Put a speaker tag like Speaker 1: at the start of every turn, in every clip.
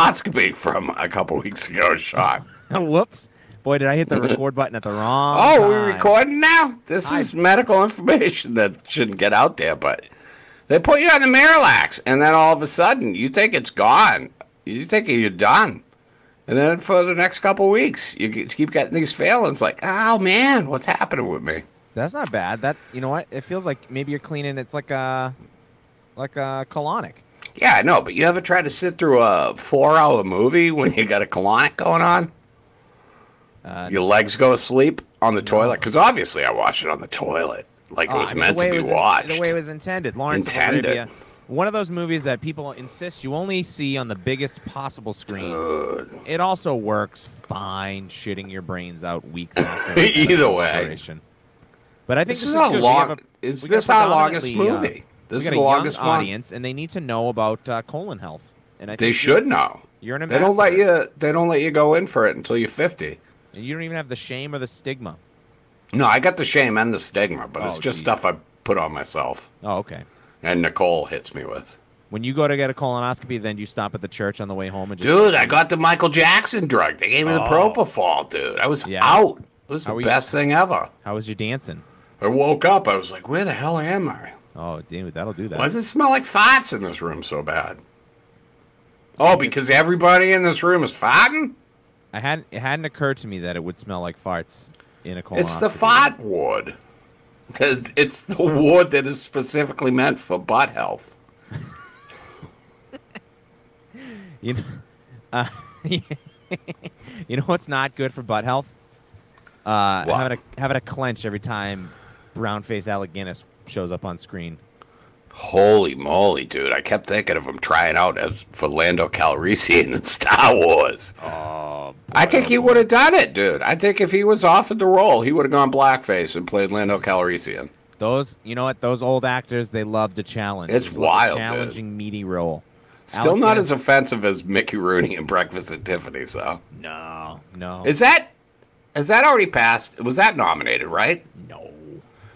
Speaker 1: colonoscopy from a couple weeks ago, Sean.
Speaker 2: Whoops. Boy, did I hit the record button at the wrong
Speaker 1: Oh,
Speaker 2: time.
Speaker 1: we're recording now. This is medical information that shouldn't get out there, but they put you on the Miralax, and then all of a sudden you think it's gone. You think you're done, and then for the next couple weeks you get- keep getting these failings. Like, oh man, what's happening with me?
Speaker 2: That's not bad. That you know what? It feels like maybe you're cleaning it's like a like a colonic.
Speaker 1: Yeah, I know, but you ever try to sit through a four-hour movie when you got a colonic going on?
Speaker 2: Uh,
Speaker 1: Your legs go asleep on the toilet? 'Cause toilet because obviously I watched it on the toilet, like it
Speaker 2: Oh,
Speaker 1: was
Speaker 2: I mean,
Speaker 1: meant
Speaker 2: the way
Speaker 1: to be
Speaker 2: it was in-
Speaker 1: watched.
Speaker 2: the way it was intended. Lawrence of
Speaker 1: Intended.
Speaker 2: Arabia. One of those movies that people insist you only see on the biggest possible screen. It also works fine shitting your brains out weeks after
Speaker 1: Either way.
Speaker 2: operation. But I think
Speaker 1: This
Speaker 2: this,
Speaker 1: is how
Speaker 2: good. We
Speaker 1: long-
Speaker 2: have a-
Speaker 1: is
Speaker 2: we got
Speaker 1: this our longest
Speaker 2: predominantly, uh,
Speaker 1: movie?
Speaker 2: we
Speaker 1: This
Speaker 2: got
Speaker 1: is
Speaker 2: a
Speaker 1: the
Speaker 2: young
Speaker 1: longest one.
Speaker 2: audience, and they need to know about uh, colon health. And I
Speaker 1: They
Speaker 2: think
Speaker 1: should
Speaker 2: You're,
Speaker 1: know.
Speaker 2: you're an
Speaker 1: They don't
Speaker 2: ambassador,
Speaker 1: let you. They don't let you go in for it until you're 50.
Speaker 2: and you don't even have the shame or the stigma.
Speaker 1: No, I got the shame and the stigma, but it's
Speaker 2: Oh,
Speaker 1: just
Speaker 2: geez.
Speaker 1: stuff I put on myself,
Speaker 2: Oh, okay.
Speaker 1: and Nicole hits me with.
Speaker 2: When you go to get a colonoscopy, then you stop at the church on the way home and just Oh.
Speaker 1: Dude, I got the Michael Jackson drug. They gave me the propofol, dude. I was
Speaker 2: Yeah.
Speaker 1: out. It was the
Speaker 2: How are you-
Speaker 1: best thing ever.
Speaker 2: How was your dancing?
Speaker 1: I woke up. I was like, "Where the hell am I?
Speaker 2: Oh, damn, that'll do that.
Speaker 1: Why does it smell like farts in this room so bad?" Oh, because everybody in this room is farting.
Speaker 2: I hadn't it hadn't occurred to me that it would smell like farts in a colonoscopy.
Speaker 1: It's the fart ward. It's the ward that is specifically meant for butt health.
Speaker 2: You know, uh, you know what's not good for butt health? Uh,
Speaker 1: What?
Speaker 2: having a having a clench every time brown face Alec Guinness shows up on screen.
Speaker 1: Holy moly, dude! I kept thinking of him trying out as for Lando Calrissian in Star Wars.
Speaker 2: Oh,
Speaker 1: I think he would have done it, dude. I think if he was offered the role, he would have gone blackface and played Lando Calrissian.
Speaker 2: those you know what? Those old actors they love to challenge.
Speaker 1: It's
Speaker 2: They love a
Speaker 1: wild, dude.
Speaker 2: challenging meaty role.
Speaker 1: Still
Speaker 2: Alec
Speaker 1: not
Speaker 2: Guinness-
Speaker 1: as offensive as Mickey Rooney in Breakfast at Tiffany's, though.
Speaker 2: no, no,
Speaker 1: Is that is that already passed? Was that nominated? Right?
Speaker 2: no,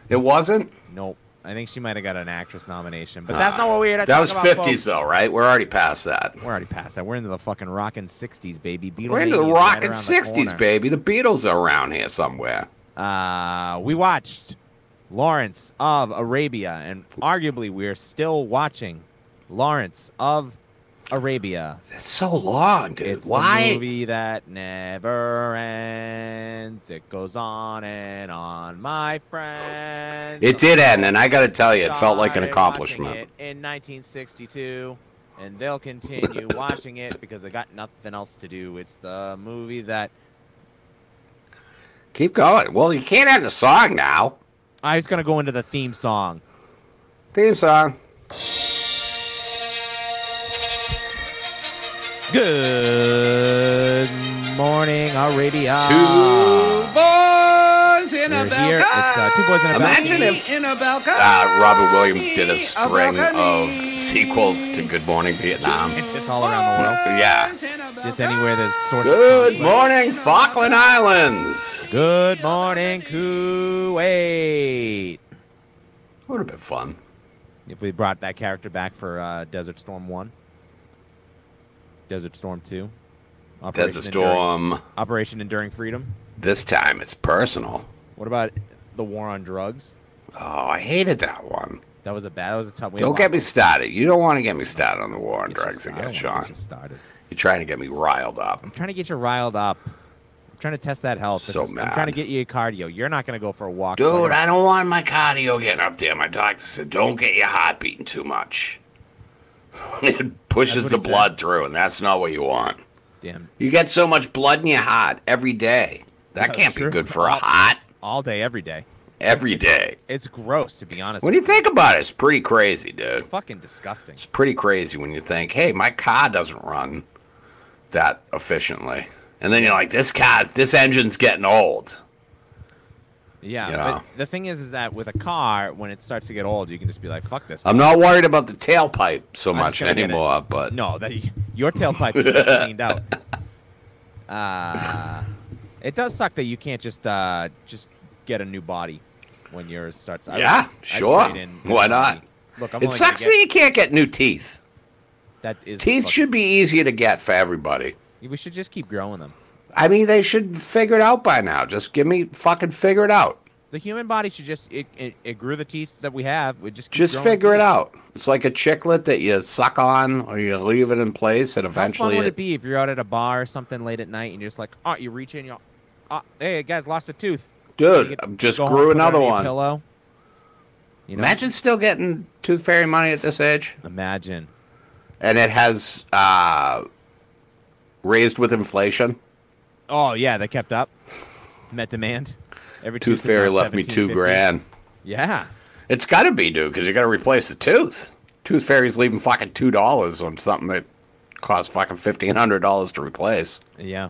Speaker 1: It wasn't.
Speaker 2: nope. I think she might have got an actress nomination, but that's not what we were.
Speaker 1: That was fifties, though, right? We're already past that.
Speaker 2: We're already past that. We're into the fucking rockin' '60s, baby. Beatlemania
Speaker 1: We're into the
Speaker 2: is right
Speaker 1: rockin'
Speaker 2: around the
Speaker 1: 60s,
Speaker 2: corner.
Speaker 1: baby. The Beatles are around here somewhere.
Speaker 2: Uh, we watched Lawrence of Arabia, and arguably we're still watching Lawrence of Arabia.
Speaker 1: It's so long, dude.
Speaker 2: It's
Speaker 1: Why?
Speaker 2: the movie that never ends. It goes on and on, my friend.
Speaker 1: It did end, and I got to tell you, it felt like an
Speaker 2: Started watching
Speaker 1: accomplishment.
Speaker 2: it in 1962, and they'll continue watching it because they got nothing else to do. It's the movie that
Speaker 1: Keep going. Well, you can't end the song now.
Speaker 2: I was gonna go into the theme song.
Speaker 1: Theme song.
Speaker 2: Good morning, Arabia.
Speaker 1: Two boys in
Speaker 2: We're here. Ah, It's uh, two boys in a
Speaker 1: Imagine if
Speaker 2: balcony.
Speaker 1: uh, Robin Williams did a string of sequels to Good Morning Vietnam.
Speaker 2: It's just all around the world.
Speaker 1: Yeah.
Speaker 2: Just anywhere there's source. of
Speaker 1: Good
Speaker 2: conflict.
Speaker 1: morning, Falkland Islands.
Speaker 2: Good morning, Kuwait.
Speaker 1: Would have been fun.
Speaker 2: If we brought that character back for uh, Desert Storm One, Desert Storm Two, Operation
Speaker 1: There's a
Speaker 2: Enduring,
Speaker 1: storm.
Speaker 2: Operation Enduring Freedom.
Speaker 1: This time it's personal.
Speaker 2: What about the war on drugs?
Speaker 1: Oh, I hated that one.
Speaker 2: That was a bad. That was a tough. we had
Speaker 1: Don't get me
Speaker 2: lots
Speaker 1: started. You don't want to get me started on the war on
Speaker 2: of- It's
Speaker 1: drugs
Speaker 2: just- I
Speaker 1: again,
Speaker 2: don't
Speaker 1: Sean.
Speaker 2: wanna get you started.
Speaker 1: You're trying to get me riled up.
Speaker 2: I'm trying to get you riled up. I'm trying to test that health. This
Speaker 1: So
Speaker 2: is- I'm trying to
Speaker 1: mad.
Speaker 2: get you cardio. You're not going to go for a walk. so
Speaker 1: Dude,
Speaker 2: I
Speaker 1: I don't want my cardio getting up there. My doctor said, don't get your heart beating too much. it pushes
Speaker 2: That's what
Speaker 1: the
Speaker 2: he said.
Speaker 1: blood through, and that's not what you want.
Speaker 2: damn
Speaker 1: You get so much blood in your heart every day. That
Speaker 2: That's
Speaker 1: can't
Speaker 2: true.
Speaker 1: be good for a heart
Speaker 2: all day, every day.
Speaker 1: every day.
Speaker 2: It's gross, to be honest.
Speaker 1: When
Speaker 2: with
Speaker 1: you think about it, it's pretty crazy, dude.
Speaker 2: It's fucking disgusting.
Speaker 1: It's pretty crazy when you think, hey, my car doesn't run that efficiently. And then you're like, this car, this engine's getting old.
Speaker 2: Yeah.
Speaker 1: You know.
Speaker 2: But the thing is, is that with a car, when it starts to get old, you can just be like, "Fuck this."
Speaker 1: I'm not worried about the tailpipe so
Speaker 2: I'm just
Speaker 1: much
Speaker 2: gonna get it.
Speaker 1: anymore, but
Speaker 2: No, that your tailpipe is cleaned out. Uh, it does suck that you can't just uh, just get a new body when yours starts. I-
Speaker 1: Yeah,
Speaker 2: I'd
Speaker 1: sure.
Speaker 2: trade in
Speaker 1: Why
Speaker 2: my body.
Speaker 1: not?
Speaker 2: Look, I'm
Speaker 1: it
Speaker 2: only gonna
Speaker 1: sucks
Speaker 2: get-
Speaker 1: that you can't get new teeth.
Speaker 2: That is the
Speaker 1: Teeth
Speaker 2: fuck-
Speaker 1: should be easy to get for everybody.
Speaker 2: We should just keep growing them.
Speaker 1: I mean, they should figure it out by now. Just give me fucking figure it out.
Speaker 2: The human body should just it, it, it grew the teeth that we have. We just keep
Speaker 1: Just
Speaker 2: growing
Speaker 1: figure it
Speaker 2: teeth.
Speaker 1: out. It's like a chiclet that you suck on or you leave it in place and
Speaker 2: How fun
Speaker 1: eventually
Speaker 2: would
Speaker 1: it,
Speaker 2: it be if you're out at a bar or something late at night and you're just like, oh, you reach in, you, oh, hey, guys, lost a tooth. You
Speaker 1: dude,
Speaker 2: could
Speaker 1: I um, just
Speaker 2: go home,
Speaker 1: grew
Speaker 2: put it
Speaker 1: another
Speaker 2: under your
Speaker 1: one.
Speaker 2: Pillow. You know,
Speaker 1: Imagine still getting tooth fairy money at this age.
Speaker 2: imagine.
Speaker 1: And it has uh raised with inflation.
Speaker 2: Oh yeah, they kept up. Met demand. Every
Speaker 1: Tooth
Speaker 2: is now
Speaker 1: fairy left me two
Speaker 2: 17.50.
Speaker 1: grand.
Speaker 2: Yeah,
Speaker 1: It's got to be, dude, because you got to replace the tooth. Tooth fairy's leaving fucking two dollars on something that costs fucking fifteen hundred dollars to replace.
Speaker 2: yeah.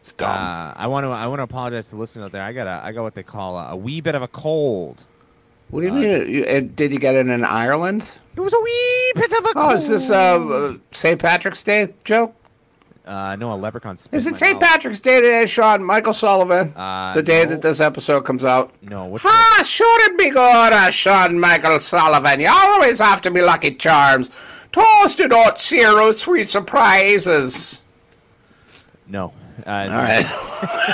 Speaker 1: It's dumb.
Speaker 2: Uh, I want to. I want to apologize to listeners out there. I got a. I got what they call a, a wee bit of a cold.
Speaker 1: what do you mean? You, and did you get it in Ireland?
Speaker 2: It was a wee bit of a.
Speaker 1: Oh, is this uh, uh, St. Patrick's Day joke?
Speaker 2: Uh, no, a leprechaun. spit
Speaker 1: Is
Speaker 2: in
Speaker 1: it
Speaker 2: my
Speaker 1: St.
Speaker 2: mouth.
Speaker 1: Patrick's Day today, Sean? Michael Sullivan.
Speaker 2: Uh,
Speaker 1: the day
Speaker 2: no.
Speaker 1: that this episode comes out.
Speaker 2: No, what's the-
Speaker 1: Ha! Should it be good, uh, Sean Michael Sullivan? You always after me lucky charms. Toasted oat zero sweet surprises.
Speaker 2: no. Uh,
Speaker 1: All right.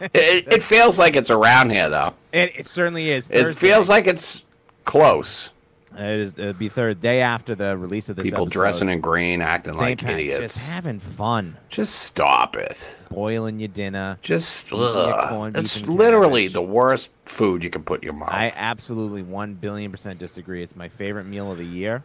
Speaker 1: it, it feels like it's around here, though.
Speaker 2: it, it certainly is.
Speaker 1: It
Speaker 2: Thursday.
Speaker 1: feels like it's close.
Speaker 2: it is. It'll be third day after the release of this.
Speaker 1: People
Speaker 2: episode.
Speaker 1: dressing in green, acting
Speaker 2: St.
Speaker 1: like
Speaker 2: Pat-
Speaker 1: idiots.
Speaker 2: Just having fun,
Speaker 1: Just stop it.
Speaker 2: boiling your dinner.
Speaker 1: Just
Speaker 2: a corned
Speaker 1: ugh.
Speaker 2: beef
Speaker 1: It's
Speaker 2: and
Speaker 1: literally
Speaker 2: cabbage.
Speaker 1: the worst food you can put in your mouth.
Speaker 2: I absolutely one billion percent disagree. It's my favorite meal of the year.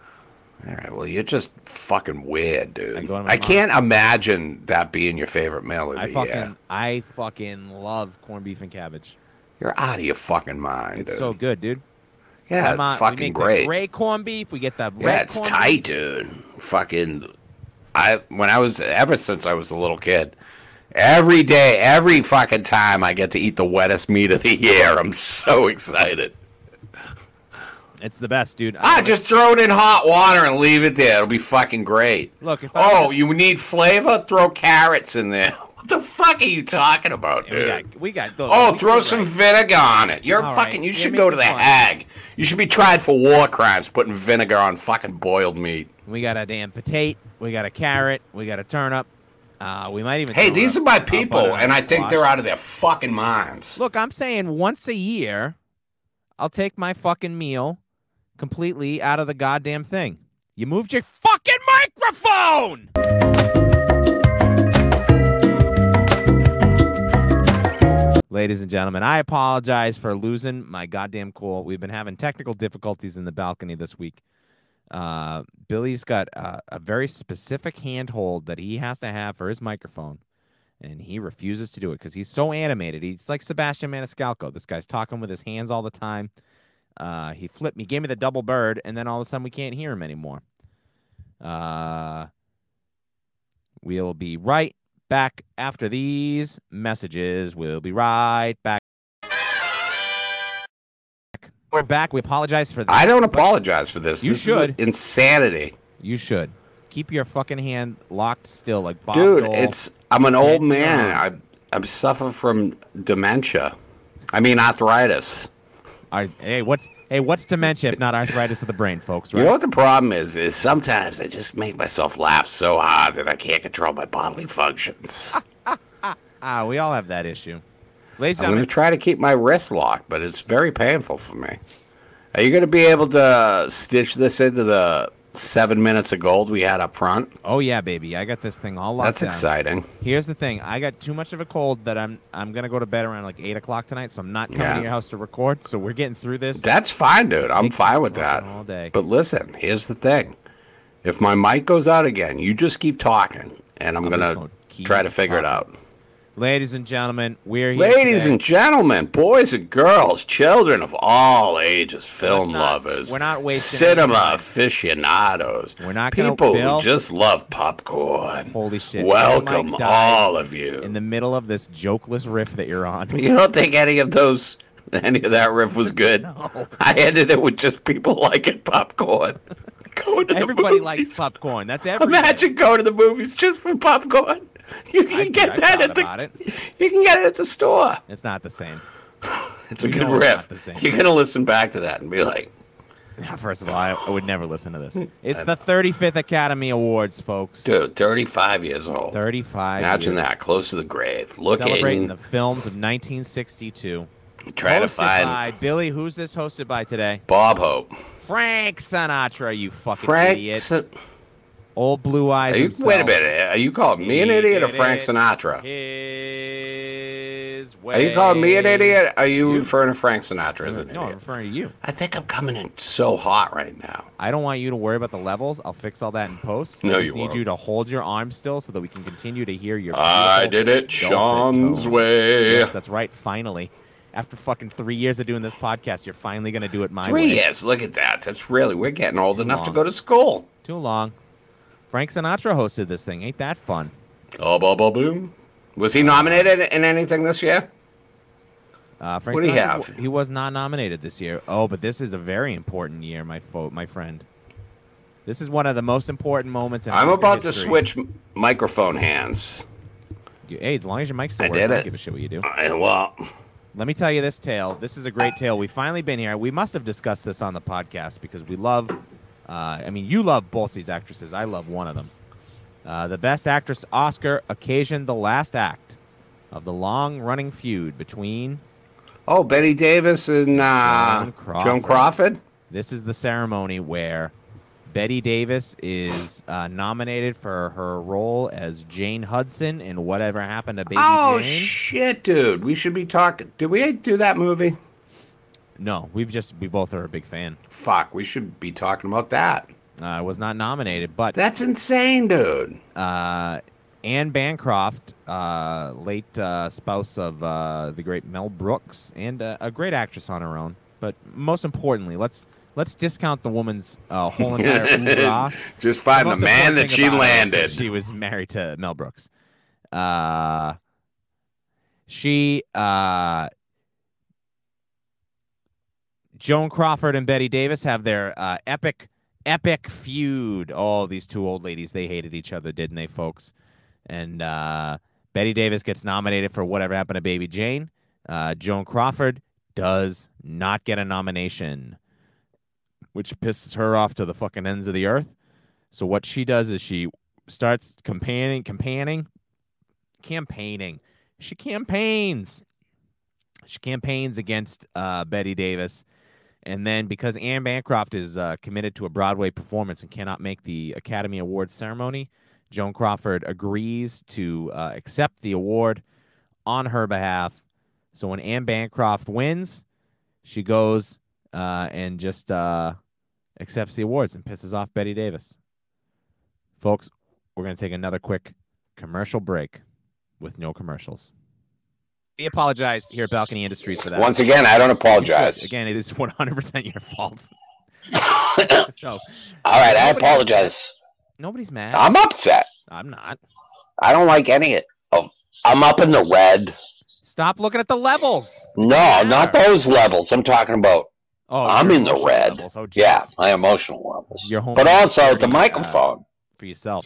Speaker 1: All right, well, you're just fucking weird, dude.
Speaker 2: I
Speaker 1: I,
Speaker 2: go to my mom's.
Speaker 1: can't imagine that being your favorite meal of the
Speaker 2: I fucking
Speaker 1: year.
Speaker 2: I fucking love corned beef and cabbage.
Speaker 1: You're out of your fucking mind,
Speaker 2: It's
Speaker 1: dude.
Speaker 2: so good, dude.
Speaker 1: yeah,
Speaker 2: Come on, we
Speaker 1: fucking
Speaker 2: make The
Speaker 1: great.
Speaker 2: gray corned beef. We get the
Speaker 1: Yeah,
Speaker 2: red
Speaker 1: it's
Speaker 2: corned
Speaker 1: tight,
Speaker 2: beef.
Speaker 1: dude. Fucking, I when I was ever since I was a little kid, every day, every fucking time I get to eat the wettest meat of the year, I'm so excited.
Speaker 2: It's the best, dude. I
Speaker 1: Ah,
Speaker 2: love it.
Speaker 1: just throw it in hot water and leave it there. It'll be fucking great.
Speaker 2: Look, if I was-
Speaker 1: oh, you need flavor? Throw carrots in there. What the fuck are you talking about,
Speaker 2: we
Speaker 1: dude?
Speaker 2: got we got those.
Speaker 1: Oh,
Speaker 2: we
Speaker 1: throw
Speaker 2: got
Speaker 1: some
Speaker 2: right.
Speaker 1: vinegar on it. You're
Speaker 2: All right,
Speaker 1: fucking. You
Speaker 2: you're
Speaker 1: should go to the
Speaker 2: making fun.
Speaker 1: Hague. You should be tried for war crimes putting vinegar on fucking boiled meat.
Speaker 2: We got a damn potato. We got a carrot. We got a turnip. Uh, we might even.
Speaker 1: Hey,
Speaker 2: throw
Speaker 1: these
Speaker 2: a-
Speaker 1: are my
Speaker 2: a butternut
Speaker 1: people, and I think
Speaker 2: squash.
Speaker 1: they're out of their fucking minds.
Speaker 2: Look, I'm saying once a year, I'll take my fucking meal completely out of the goddamn thing. You moved your fucking microphone. Ladies and gentlemen, I apologize for losing my goddamn cool. We've been having technical difficulties in the balcony this week. Uh, Billy's got uh, a very specific handhold that he has to have for his microphone and he refuses to do it because he's so animated. He's like Sebastian Maniscalco. This guy's talking with his hands all the time. Uh, he flipped me, gave me the double bird, and then all of a sudden we can't hear him anymore. Uh, we'll be right back after these messages. We'll be right back. We're back. We apologize for that.
Speaker 1: I don't apologize for this.
Speaker 2: You
Speaker 1: This is
Speaker 2: should.
Speaker 1: insanity,
Speaker 2: you should keep your fucking hand locked still, like Bob.
Speaker 1: dude.
Speaker 2: Dole.
Speaker 1: It's I'm an old
Speaker 2: Get
Speaker 1: man.
Speaker 2: down.
Speaker 1: I I suffer from dementia. I mean arthritis.
Speaker 2: Ar- hey, what's hey, what's dementia if not arthritis of the brain, folks? Right?
Speaker 1: You know what the problem is? Is sometimes I just make myself laugh so hard that I can't control my bodily functions.
Speaker 2: Ah, we all have that issue. Ladies and
Speaker 1: I'm going
Speaker 2: gentlemen,
Speaker 1: to try to keep my wrist locked, but it's very painful for me. Are you going to be able to stitch this into the seven minutes of gold we had up front?
Speaker 2: oh yeah, baby, I got this thing all locked
Speaker 1: That's
Speaker 2: down.
Speaker 1: exciting.
Speaker 2: Here's the thing: I got too much of a cold that I'm I'm gonna go to bed around like eight o'clock tonight, so I'm not coming
Speaker 1: Yeah.
Speaker 2: to your house to record. So we're getting through this.
Speaker 1: That's fine, dude. I'm
Speaker 2: Takes
Speaker 1: fine with
Speaker 2: fucking
Speaker 1: that.
Speaker 2: all day.
Speaker 1: But listen, here's the thing. If my mic goes out again, you just keep talking, and I'm,
Speaker 2: just
Speaker 1: going
Speaker 2: gonna
Speaker 1: to
Speaker 2: keep
Speaker 1: try to figure it out.
Speaker 2: Ladies and gentlemen, we're here.
Speaker 1: Ladies
Speaker 2: today.
Speaker 1: and gentlemen, boys and girls, children of all ages, film
Speaker 2: not-
Speaker 1: lovers,
Speaker 2: we're not wasting any
Speaker 1: cinema
Speaker 2: time.
Speaker 1: aficionados,
Speaker 2: We're not gonna-
Speaker 1: people
Speaker 2: Bill?
Speaker 1: who just love popcorn.
Speaker 2: holy shit!
Speaker 1: Welcome,
Speaker 2: Mike dies
Speaker 1: all of you.
Speaker 2: In the middle of this jokeless riff that you're on,
Speaker 1: you don't think any of those, any of that riff was good? I ended it with just people liking popcorn. Going to the
Speaker 2: everybody
Speaker 1: movies.
Speaker 2: likes popcorn. That's everybody.
Speaker 1: Imagine going to the movies just for popcorn. You can
Speaker 2: dude,
Speaker 1: get
Speaker 2: I
Speaker 1: that
Speaker 2: thought
Speaker 1: at
Speaker 2: about
Speaker 1: the.
Speaker 2: it.
Speaker 1: You can get it at the store.
Speaker 2: It's not the same.
Speaker 1: It's a
Speaker 2: You
Speaker 1: good
Speaker 2: know it's not
Speaker 1: riff.
Speaker 2: the same.
Speaker 1: You're gonna listen back to that and be like,
Speaker 2: First of all, I, I would never listen to this. It's the 35th Academy Awards, folks.
Speaker 1: Dude, 35 years old.
Speaker 2: 35.
Speaker 1: Imagine
Speaker 2: years.
Speaker 1: that, close to the grave,
Speaker 2: Celebrating
Speaker 1: looking,
Speaker 2: the films of 1962.
Speaker 1: trying to
Speaker 2: Hosted
Speaker 1: find
Speaker 2: by Billy. Who's this hosted by today?
Speaker 1: Bob Hope.
Speaker 2: Frank Sinatra. You fucking
Speaker 1: Frank,
Speaker 2: idiot.
Speaker 1: Sin-
Speaker 2: Old blue eyes.
Speaker 1: are you,
Speaker 2: himself.
Speaker 1: wait a minute. Are you calling me an
Speaker 2: He
Speaker 1: idiot or
Speaker 2: did
Speaker 1: Frank
Speaker 2: it
Speaker 1: Sinatra?
Speaker 2: His way.
Speaker 1: Are you calling me an idiot? Are you referring to Frank Sinatra as an
Speaker 2: No, I'm
Speaker 1: idiot?
Speaker 2: referring to you.
Speaker 1: I think I'm coming in so hot right now.
Speaker 2: I don't want you to worry about the levels. I'll fix all that in post.
Speaker 1: No,
Speaker 2: I just
Speaker 1: you
Speaker 2: need
Speaker 1: won't.
Speaker 2: you to hold your arm still so that we can continue to hear your.
Speaker 1: I
Speaker 2: beautiful
Speaker 1: did it
Speaker 2: dulcet
Speaker 1: Sean's
Speaker 2: tones.
Speaker 1: way.
Speaker 2: Yes, that's right. Finally, after fucking three years of doing this podcast, you're finally gonna do it my
Speaker 1: Three
Speaker 2: way.
Speaker 1: years. Look at that. That's really, we're getting old enough to
Speaker 2: long.
Speaker 1: go to school.
Speaker 2: Too long. Frank Sinatra hosted this thing. Ain't that fun?
Speaker 1: Oh, ba, ba, boom. Was he nominated in anything this year?
Speaker 2: Uh, Frank
Speaker 1: What do you
Speaker 2: Sinatra,
Speaker 1: have?
Speaker 2: He was not nominated this year. Oh, but this is a very important year, my fo- my friend. This is one of the most important moments in
Speaker 1: I'm
Speaker 2: Oscar
Speaker 1: about to
Speaker 2: history.
Speaker 1: switch m- microphone hands.
Speaker 2: You- Hey, as long as your mic's still
Speaker 1: I
Speaker 2: working,
Speaker 1: did
Speaker 2: I
Speaker 1: it.
Speaker 2: don't give a shit what you do.
Speaker 1: I- well,
Speaker 2: Let me tell you this tale. This is a great tale. We finally been here. We must have discussed this on the podcast because we love. Uh, I mean, you love both these actresses. I love one of them. Uh, the Best Actress Oscar occasioned the last act of the long-running feud between.
Speaker 1: oh, Betty Davis and uh,
Speaker 2: Joan Crawford.
Speaker 1: Joan Crawford.
Speaker 2: This is the ceremony where Betty Davis is uh, nominated for her role as Jane Hudson in Whatever Happened to Baby
Speaker 1: Oh
Speaker 2: Jane.
Speaker 1: shit, dude! We should be talking. Did we do that movie?
Speaker 2: no, we've just we both are a big fan.
Speaker 1: Fuck, we should be talking about that.
Speaker 2: Uh, was not nominated, but
Speaker 1: That's insane, dude.
Speaker 2: uh, Anne Bancroft, uh, late uh, spouse of uh, the great Mel Brooks, and uh, a great actress on her own. But most importantly, let's let's discount the woman's uh, whole entire oeuvre.
Speaker 1: Just find the
Speaker 2: most
Speaker 1: man
Speaker 2: important
Speaker 1: that
Speaker 2: thing
Speaker 1: she
Speaker 2: about her is that
Speaker 1: landed.
Speaker 2: She was married to Mel Brooks. Uh, she, uh, Joan Crawford and Betty Davis have their uh, epic, epic feud. All these two old ladies, they hated each other, didn't they, folks? And uh, Betty Davis gets nominated for Whatever Happened to Baby Jane. Uh, Joan Crawford does not get a nomination, which pisses her off to the fucking ends of the earth. So what she does is she starts campaigning, campaigning, campaigning. She campaigns. She campaigns against uh, Betty Davis, and then because Anne Bancroft is uh, committed to a Broadway performance and cannot make the Academy Awards ceremony, Joan Crawford agrees to uh, accept the award on her behalf. So when Anne Bancroft wins, she goes uh, and just uh, accepts the awards and pisses off Betty Davis. Folks, we're going to take another quick commercial break with no commercials. We apologize here at Balcony Industries for that.
Speaker 1: Once again, I don't
Speaker 2: You should.
Speaker 1: apologize.
Speaker 2: Again, it is 100% your fault.
Speaker 1: All
Speaker 2: So
Speaker 1: right, I
Speaker 2: Nobody-
Speaker 1: apologize.
Speaker 2: nobody's mad.
Speaker 1: I'm upset.
Speaker 2: I'm not.
Speaker 1: I don't like any of. oh, I'm up in the red.
Speaker 2: Stop looking at the levels.
Speaker 1: No, not those levels. I'm talking about.
Speaker 2: Oh,
Speaker 1: I'm
Speaker 2: your
Speaker 1: in the
Speaker 2: emotional
Speaker 1: red.
Speaker 2: levels. Oh,
Speaker 1: Yeah,
Speaker 2: jeez.
Speaker 1: my emotional levels.
Speaker 2: Your home
Speaker 1: but also
Speaker 2: security,
Speaker 1: the
Speaker 2: uh,
Speaker 1: microphone.
Speaker 2: for yourself.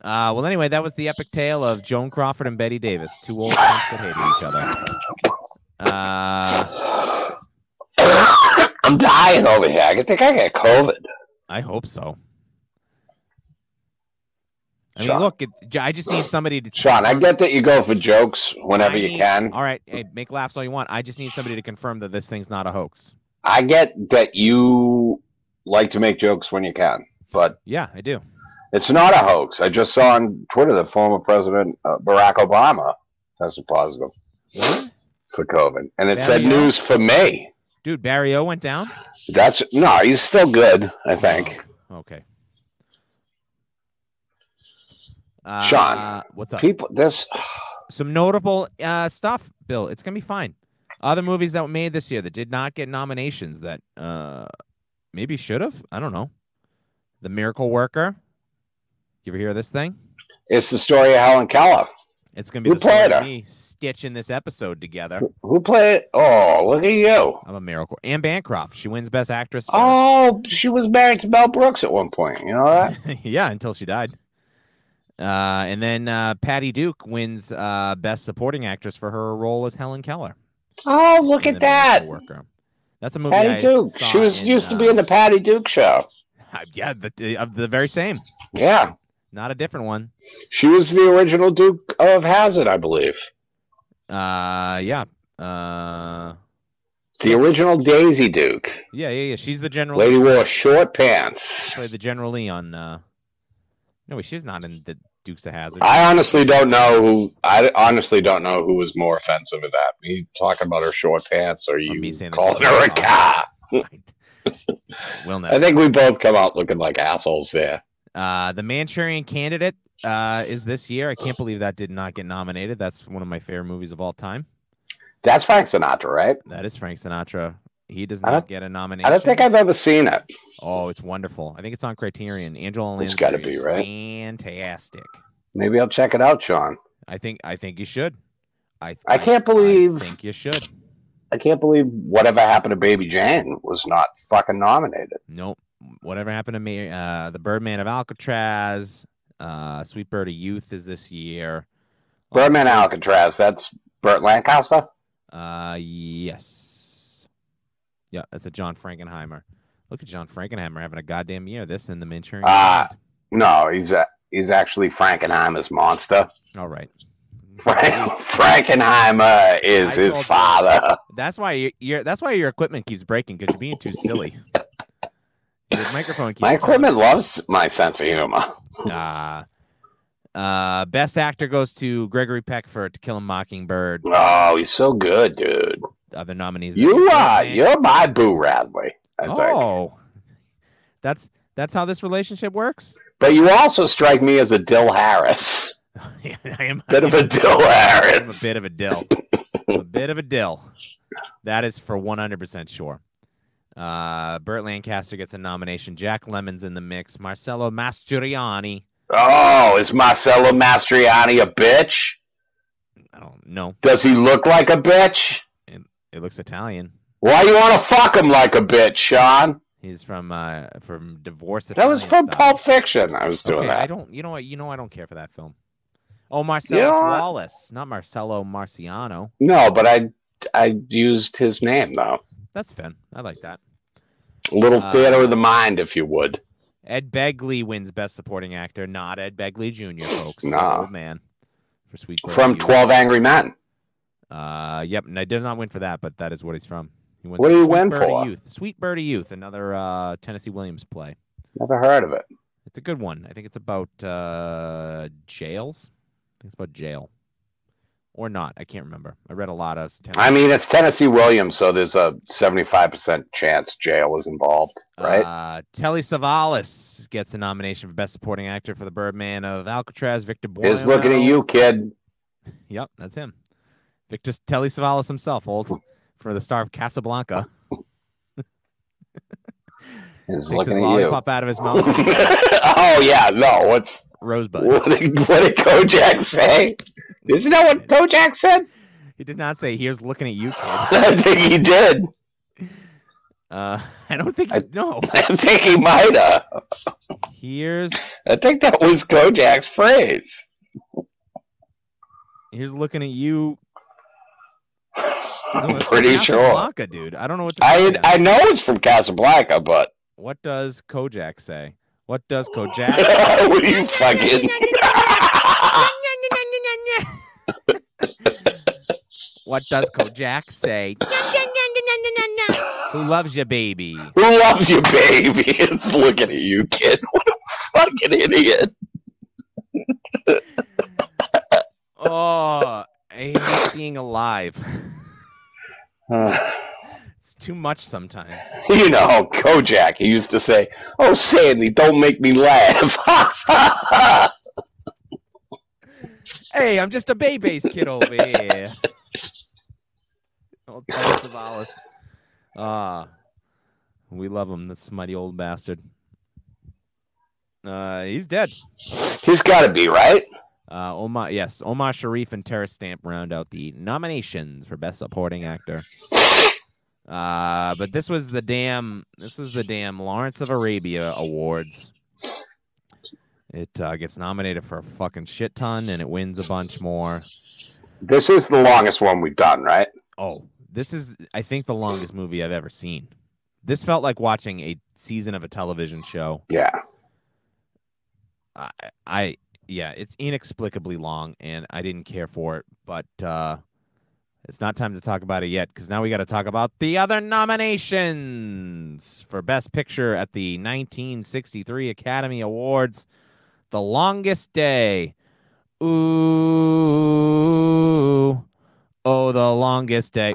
Speaker 2: Uh, well, anyway, that was the epic tale of Joan Crawford and Betty Davis, two old friends that hated each other. Uh,
Speaker 1: I'm dying over here. I think I got COVID.
Speaker 2: I hope so. I mean,
Speaker 1: Sean.
Speaker 2: look, it, J- I just need somebody to.
Speaker 1: Sean, I
Speaker 2: confirm-
Speaker 1: get that you go for jokes whenever
Speaker 2: I
Speaker 1: you
Speaker 2: need-
Speaker 1: can.
Speaker 2: All right, hey, make laughs all you want. I just need somebody to confirm that this thing's not a hoax.
Speaker 1: I get that you like to make jokes when you can, but
Speaker 2: Yeah, I do.
Speaker 1: it's not a hoax. I just saw on Twitter that former President uh, Barack Obama tested positive for COVID, and it
Speaker 2: Bad
Speaker 1: said
Speaker 2: news.
Speaker 1: news for me.
Speaker 2: Dude, Barry O went down.
Speaker 1: That's no, he's still good.
Speaker 2: Oh,
Speaker 1: I think
Speaker 2: Okay. Uh,
Speaker 1: Sean,
Speaker 2: what's up?
Speaker 1: people this.
Speaker 2: some notable uh, stuff, Bill. It's gonna be fine. Other movies that were made this year that did not get nominations that uh, maybe should have. I don't know. The Miracle Worker. You ever hear of this thing?
Speaker 1: It's the story of Helen Keller.
Speaker 2: It's gonna be
Speaker 1: Who
Speaker 2: the story
Speaker 1: played
Speaker 2: of
Speaker 1: her?
Speaker 2: me stitching this episode together.
Speaker 1: Who played? Oh, look at you.
Speaker 2: I'm a miracle. Anne Bancroft. She wins Best Actress. for-
Speaker 1: Oh, she was married to Mel Brooks at one point. You know that?
Speaker 2: yeah, until she died. Uh, and then uh, Patty Duke wins uh, Best Supporting Actress for her role as Helen Keller.
Speaker 1: Oh, look
Speaker 2: in
Speaker 1: at
Speaker 2: The Miracle
Speaker 1: that.
Speaker 2: Worker. That's a movie. I
Speaker 3: Patty Duke.
Speaker 2: saw
Speaker 3: She was
Speaker 2: in,
Speaker 3: used to be
Speaker 2: uh,
Speaker 3: in the Patty Duke show.
Speaker 2: yeah, the, of the very same,
Speaker 3: Yeah,
Speaker 2: not a different one.
Speaker 3: she was the original Duke of Hazard, I believe.
Speaker 2: Uh, yeah. Uh,
Speaker 3: The original Daisy Duke.
Speaker 2: yeah, yeah, yeah. She's the general.
Speaker 3: Lady
Speaker 2: Lee.
Speaker 3: wore short pants.
Speaker 2: Played the General Lee on. Uh... No, wait, she's not in the Dukes of Hazard.
Speaker 3: I honestly don't know who. I honestly don't know who was more offensive at that. Me talking about her short pants, or
Speaker 2: me
Speaker 3: you
Speaker 2: saying that's
Speaker 3: calling
Speaker 2: what
Speaker 3: her
Speaker 2: I
Speaker 3: a
Speaker 2: thought.
Speaker 3: car?
Speaker 2: Will
Speaker 3: I
Speaker 2: never.
Speaker 3: think we both come out looking like assholes there.
Speaker 2: Uh, the Manchurian Candidate uh, is this year. I can't believe that did not get nominated. That's one of my favorite movies of all time.
Speaker 3: That's Frank Sinatra, right?
Speaker 2: That is Frank Sinatra. He does
Speaker 3: I
Speaker 2: not
Speaker 3: don't-
Speaker 2: get a nomination.
Speaker 3: I don't think I've ever seen it.
Speaker 2: Oh, it's wonderful. I think it's on Criterion. Angela
Speaker 3: It's
Speaker 2: Lansbury.
Speaker 3: gotta be,
Speaker 2: is
Speaker 3: right?
Speaker 2: Fantastic.
Speaker 3: Maybe I'll check it out, Sean. I
Speaker 2: I think. I think you should. I.
Speaker 3: I can't believe-
Speaker 2: I think you should.
Speaker 3: can't believe whatever happened to Baby Jane was not fucking nominated.
Speaker 2: Nope. Whatever happened to me? Uh, the Birdman of Alcatraz. Uh, Sweet Bird of Youth is this year.
Speaker 3: Birdman Alcatraz. That's Burt Lancaster.
Speaker 2: Uh, yes. Yeah, that's a John Frankenheimer. Look at John Frankenheimer having a goddamn year. This and the Manchurian.
Speaker 3: Ah.
Speaker 2: Candidate.
Speaker 3: No, he's a, he's actually Frankenheimer's monster.
Speaker 2: All right.
Speaker 3: Frank, Frankenheimer is
Speaker 2: I
Speaker 3: his
Speaker 2: told you.
Speaker 3: father.
Speaker 2: That's why you your that's why your equipment keeps breaking because you're being too silly. your microphone keeps
Speaker 3: My equipment loves my sense of humor.
Speaker 2: Uh, uh, best actor goes to Gregory Peck for To Kill a Mockingbird.
Speaker 3: Oh, he's so good, dude.
Speaker 2: Other nominees. that
Speaker 3: You
Speaker 2: we
Speaker 3: are
Speaker 2: did.
Speaker 3: you're my Boo Radley. I think.
Speaker 2: oh, that's that's how this relationship works.
Speaker 3: But you also strike me as a Dill Harris.
Speaker 2: I am
Speaker 3: Bit of a Dill
Speaker 2: I'm a
Speaker 3: Harris.
Speaker 2: bit of a dill. I'm a bit of a dill. That is for 100% sure. Uh, Burt Lancaster gets a nomination. Jack Lemon's in the mix. Marcello Mastroianni.
Speaker 3: Oh, is Marcello Mastroianni a bitch?
Speaker 2: I don't know.
Speaker 3: Does he look like a bitch?
Speaker 2: It looks Italian.
Speaker 3: Why you want to fuck him like a bitch, Sean?
Speaker 2: He's from uh from Divorce.
Speaker 3: That was
Speaker 2: Italian
Speaker 3: from
Speaker 2: Style.
Speaker 3: Pulp Fiction. I was doing
Speaker 2: Okay, I
Speaker 3: that.
Speaker 2: don't. You know what? You know I don't care for that film. Oh, Marcellus
Speaker 3: know what?
Speaker 2: Wallace, not Marcello Marciano.
Speaker 3: No, but I I used his name though.
Speaker 2: That's fun. I like that.
Speaker 3: Little
Speaker 2: Uh,
Speaker 3: theater of the mind, if you would.
Speaker 2: Ed Begley wins Best Supporting Actor, not Ed Begley Jr. Folks, the
Speaker 3: Nah.
Speaker 2: old man for Sweet Bird of
Speaker 3: From
Speaker 2: You.
Speaker 3: Twelve Angry Men.
Speaker 2: Uh, yep. No, did not win for that, but that is what he's from. He wins for
Speaker 3: What did he
Speaker 2: Sweet
Speaker 3: win
Speaker 2: Bird of
Speaker 3: for?
Speaker 2: Youth. Sweet Birdie Youth, another uh, Tennessee Williams play.
Speaker 3: Never heard of it.
Speaker 2: It's a good one. I think it's about uh, jails. I think it's about jail, or not. I can't remember. I read a lot of. Tennessee.
Speaker 3: I mean, it's Tennessee Williams, so there's a seventy-five percent chance jail is involved, right?
Speaker 2: Uh, Telly Savalas gets a nomination for Best Supporting Actor for The Birdman of Alcatraz. Victor Boyle.
Speaker 3: Is looking at you, kid.
Speaker 2: Yep, that's him. Victor Telly Savalas himself, old for the star of Casablanca. Takes
Speaker 3: Is
Speaker 2: his
Speaker 3: looking at you.
Speaker 2: lollipop out of his mouth. and eats
Speaker 3: oh yeah, no. What's
Speaker 2: Rosebud.
Speaker 3: what did, what did Kojak say? Isn't that what Kojak said?
Speaker 2: He did not say here's looking at you, kid.
Speaker 3: I think he did.
Speaker 2: Uh, I don't think
Speaker 3: I-
Speaker 2: you no.
Speaker 3: I think he might have.
Speaker 2: Here's
Speaker 3: I think that was Kojak's phrase.
Speaker 2: here's looking at you. No,
Speaker 3: I'm
Speaker 2: that's
Speaker 3: pretty sure.
Speaker 2: Casablanca, dude. I don't know what. to say
Speaker 3: I
Speaker 2: now.
Speaker 3: I know it's from Casablanca, but
Speaker 2: What does Kojak say? What does Kojak?
Speaker 3: what are you fucking?
Speaker 2: what does Kojak say? Who loves you, baby?
Speaker 3: Who loves you, baby? It's looking at you, kid. What a fucking idiot.
Speaker 2: Oh, I hate being alive. It's too much sometimes.
Speaker 3: you know, Kojak, he used to say, Oh, Sandy, don't make me laugh.
Speaker 2: Hey, I'm just a baby's kid over here. Old Tony Savalas. Ah, we love him, that smutty old bastard. Uh, he's dead.
Speaker 3: He's got to be, right?
Speaker 2: Uh, Omar, yes, Omar Sharif and Tara Stamp round out the nominations for Best Supporting Actor. Uh, but this was the damn, this was the damn Lawrence of Arabia Awards. It uh, gets nominated for a fucking shit ton, and it wins a bunch more.
Speaker 3: This is the longest one we've done, right?
Speaker 2: Oh, This is, I think, the longest movie I've ever seen. This felt like watching a season of a television show.
Speaker 3: Yeah.
Speaker 2: I, I yeah, it's inexplicably long, and I didn't care for it. But uh, it's not time to talk about it yet, because now we got to talk about the other nominations for Best Picture at the 1963 Academy Awards. The Longest Day. Ooh, oh, the longest day.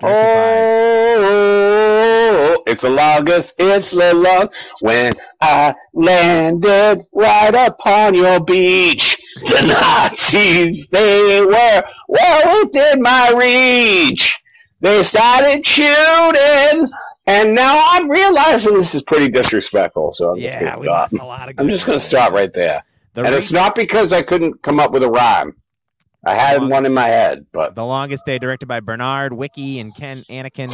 Speaker 2: Directed
Speaker 3: Oh, it's the longest, it's the long when I landed right upon your beach. The Nazis, they were well within my reach. They started shooting, and now I'm realizing this is pretty disrespectful, so I'm
Speaker 2: by-
Speaker 3: just going
Speaker 2: yeah,
Speaker 3: to
Speaker 2: we
Speaker 3: stop.
Speaker 2: lost a lot of.
Speaker 3: I'm
Speaker 2: good
Speaker 3: just going to
Speaker 2: ones.
Speaker 3: stop right there.
Speaker 2: The,
Speaker 3: and
Speaker 2: re-
Speaker 3: it's not because I couldn't come up with a rhyme. I had
Speaker 2: Long-
Speaker 3: one in my head, but.
Speaker 2: the longest day, directed by Bernard Wiki and Ken Anakin.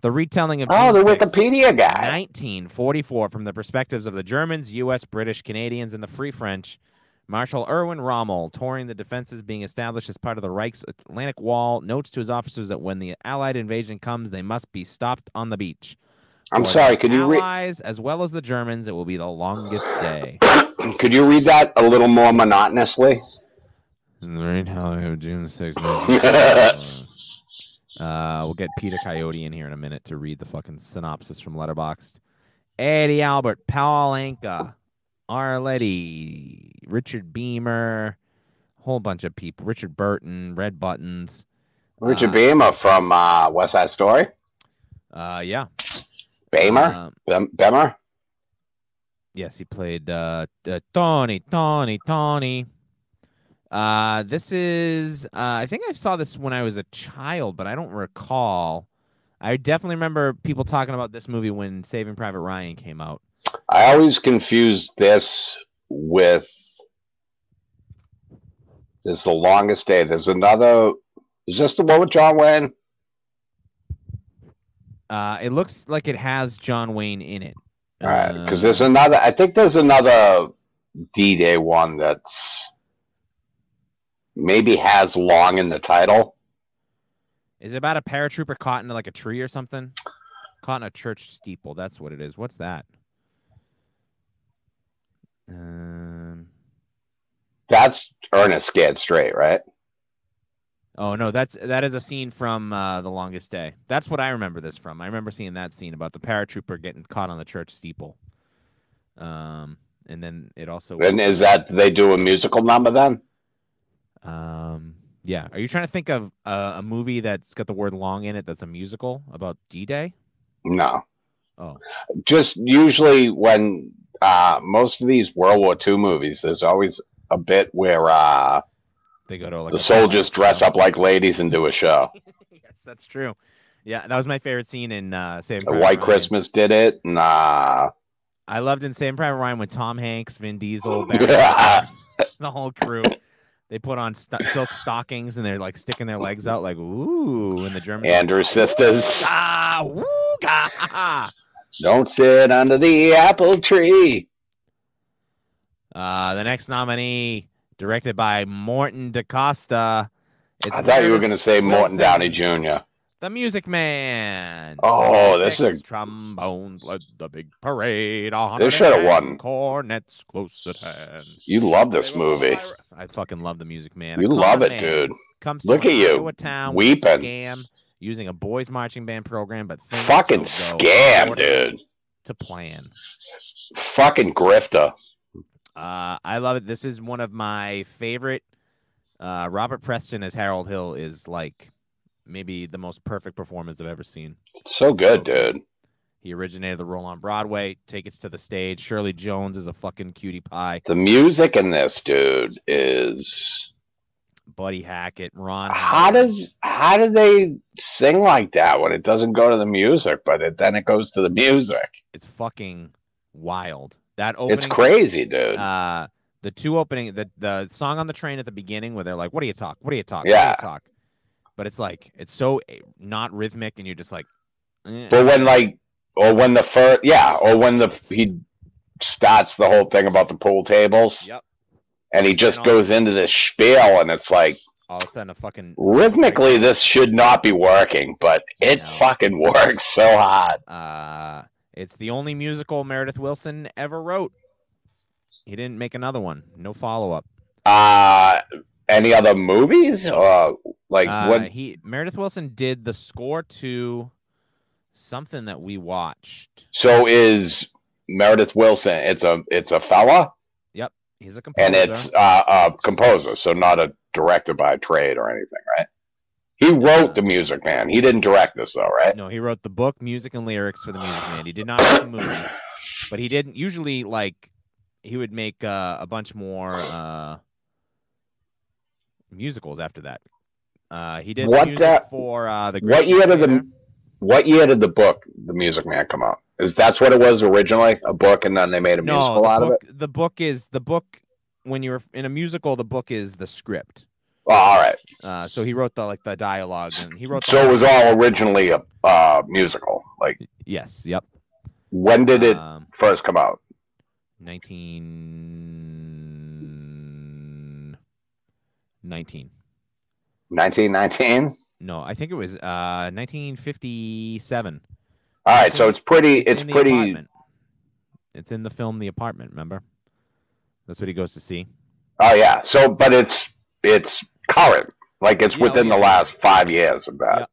Speaker 2: The retelling of
Speaker 3: Oh, the
Speaker 2: June 6th,
Speaker 3: Wikipedia guy.
Speaker 2: 1944 from the perspectives of the Germans, U.S., British, Canadians, and the Free French. Marshal Erwin Rommel touring the defenses being established as part of the Reich's Atlantic Wall notes to his officers that when the Allied invasion comes, they must be stopped on the beach.
Speaker 3: I'm
Speaker 2: For
Speaker 3: sorry.
Speaker 2: the
Speaker 3: Could you read?
Speaker 2: Allies as well as the Germans, it will be the longest day.
Speaker 3: Could you read that a little more monotonously?
Speaker 2: In the rain hell of June 6th.
Speaker 3: Uh,
Speaker 2: uh, we'll get Peter Coyote in here in a minute to read the fucking synopsis from Letterboxd. Eddie Albert, Paul Anka, Arletty, Richard Beamer, whole bunch of people. Richard Burton, Red Buttons.
Speaker 3: Richard
Speaker 2: Uh,
Speaker 3: Beamer from uh, West Side Story.
Speaker 2: Uh, yeah.
Speaker 3: Beamer.
Speaker 2: Um,
Speaker 3: Bem- Beamer.
Speaker 2: Yes, he played uh, uh, Tony, Tony, Tony. Uh, this is, uh, I think I saw this when I was a child, but I don't recall. I definitely remember people talking about this movie when Saving Private Ryan came out.
Speaker 3: I always confuse this with. This is the longest day. There's another. Is this the one with John Wayne?
Speaker 2: Uh, it looks like it has John Wayne in it.
Speaker 3: All right, because
Speaker 2: Uh,
Speaker 3: there's another. I think there's another D-Day one that's maybe has long in the title.
Speaker 2: Is it about a paratrooper caught into like a tree or something? Caught in a church steeple. That's what it is. What's that? Um.
Speaker 3: That's Ernest Scared Straight, right?
Speaker 2: Oh no, that's that is a scene from uh, The Longest Day. That's what I remember this from. I remember seeing that scene about the paratrooper getting caught on the church steeple. Um, and then it also.
Speaker 3: And is that they do a musical number then?
Speaker 2: Um, yeah. Are you trying to think of uh, a movie that's got the word "long" in it? That's a musical about D-Day.
Speaker 3: No.
Speaker 2: Oh,
Speaker 3: Just usually when uh, most of these World War II movies, there's always a bit where uh,
Speaker 2: they go to like
Speaker 3: the
Speaker 2: a-
Speaker 3: soldiers dress up like ladies and do a show.
Speaker 2: yes, that's true. Yeah, that was my favorite scene in uh, Saving Private
Speaker 3: White
Speaker 2: Ryan.
Speaker 3: Christmas did it, and uh,
Speaker 2: I loved in Saving Private Ryan when Tom Hanks, Vin Diesel, Barry Allen, the whole crew. They put on st- silk stockings and they're like sticking their legs out, like ooh, and the Germans.
Speaker 3: and her sisters.
Speaker 2: Ah, wooga.
Speaker 3: Don't sit under the apple tree.
Speaker 2: Uh, the next nominee, directed by Morton DaCosta. It's
Speaker 3: I thought you were
Speaker 2: Murder-
Speaker 3: going to say Morton
Speaker 2: Wilson's.
Speaker 3: Downey Jr.
Speaker 2: The Music Man.
Speaker 3: Oh,
Speaker 2: Six
Speaker 3: this is a-
Speaker 2: trombones led the big parade.
Speaker 3: This should've
Speaker 2: 110
Speaker 3: won.
Speaker 2: Cornets close at hand.
Speaker 3: You love this
Speaker 2: They were all
Speaker 3: movie.
Speaker 2: I I fucking love the Music Man. A
Speaker 3: You
Speaker 2: con
Speaker 3: love it,
Speaker 2: man
Speaker 3: dude.
Speaker 2: Comes
Speaker 3: Look
Speaker 2: to an
Speaker 3: at you,
Speaker 2: Iowa town with a
Speaker 3: weeping.
Speaker 2: Scam using a boys marching band program, but things
Speaker 3: Fucking
Speaker 2: don't go
Speaker 3: scam,
Speaker 2: according
Speaker 3: dude.
Speaker 2: To plan.
Speaker 3: Fucking grifter.
Speaker 2: Uh, I love it. This is one of my favorite. Uh, Robert Preston as Harold Hill is like maybe the most perfect performance I've ever seen.
Speaker 3: So good, dude.
Speaker 2: He originated the role on Broadway. Tickets to the stage. Shirley Jones is a fucking cutie pie.
Speaker 3: The music in this, dude, is
Speaker 2: Buddy Hackett, Ron.
Speaker 3: how
Speaker 2: Howard.
Speaker 3: does how do they sing like that when it doesn't go to the music, but it, then it goes to the music?
Speaker 2: it's fucking wild. That opening.
Speaker 3: It's crazy, dude.
Speaker 2: Uh, the two opening the the song on the train at the beginning where they're like, "What do you talk? What do you talk?
Speaker 3: Yeah.
Speaker 2: What do you talk?" But it's like it's so eh, not rhythmic, and you're just like. eh.
Speaker 3: But when like, or when the first, yeah, or when the he starts the whole thing about the pool tables,
Speaker 2: Yep.
Speaker 3: and he just
Speaker 2: And all-
Speaker 3: goes into this spiel, and it's like,
Speaker 2: all of a sudden a fucking
Speaker 3: Rhythmically, this should not be working, but it
Speaker 2: No.
Speaker 3: fucking works so hard.
Speaker 2: Uh, it's the only musical Meredith Wilson ever wrote. He didn't make another one. No follow up.
Speaker 3: Uh, any other movies or like
Speaker 2: Uh,
Speaker 3: what?
Speaker 2: He Meredith Wilson did the score to something that we watched.
Speaker 3: So is Meredith Wilson? It's a it's a fella,
Speaker 2: He's a composer.
Speaker 3: and it's uh, a composer, so not a director by trade or anything, right? He wrote the music, man. He didn't direct this though, right?
Speaker 2: no, he wrote the book, music, and lyrics for the Music Man. He did not make the movie, but he didn't usually like. He would make uh, a bunch more uh, musicals after that. Uh, he did the
Speaker 3: What
Speaker 2: music
Speaker 3: the-
Speaker 2: for uh, the.
Speaker 3: What
Speaker 2: Great
Speaker 3: year did
Speaker 2: Theater.
Speaker 3: the what year did the book The Music Man come out? Is that's what it was originally? A book, and then they made a musical
Speaker 2: the
Speaker 3: out of it.
Speaker 2: book, The book is the book when you're in a musical. The book is the script.
Speaker 3: Oh, all right.
Speaker 2: Uh, so he wrote the like the dialogue and he wrote. the
Speaker 3: So it
Speaker 2: whole-
Speaker 3: was all originally a uh, musical. Like
Speaker 2: Yes. Yep.
Speaker 3: when did it
Speaker 2: Um,
Speaker 3: first come out?
Speaker 2: Nineteen. Nineteen.
Speaker 3: 1919.
Speaker 2: No, I think it was uh 1957.
Speaker 3: All right, so it's pretty. It's
Speaker 2: in the
Speaker 3: pretty.
Speaker 2: apartment. It's in the film The Apartment. Remember? That's what he goes to see.
Speaker 3: Oh yeah. So, but it's it's current. Like it's
Speaker 2: Yeah, oh,
Speaker 3: within the
Speaker 2: yeah.
Speaker 3: last five years of that.
Speaker 2: Yeah.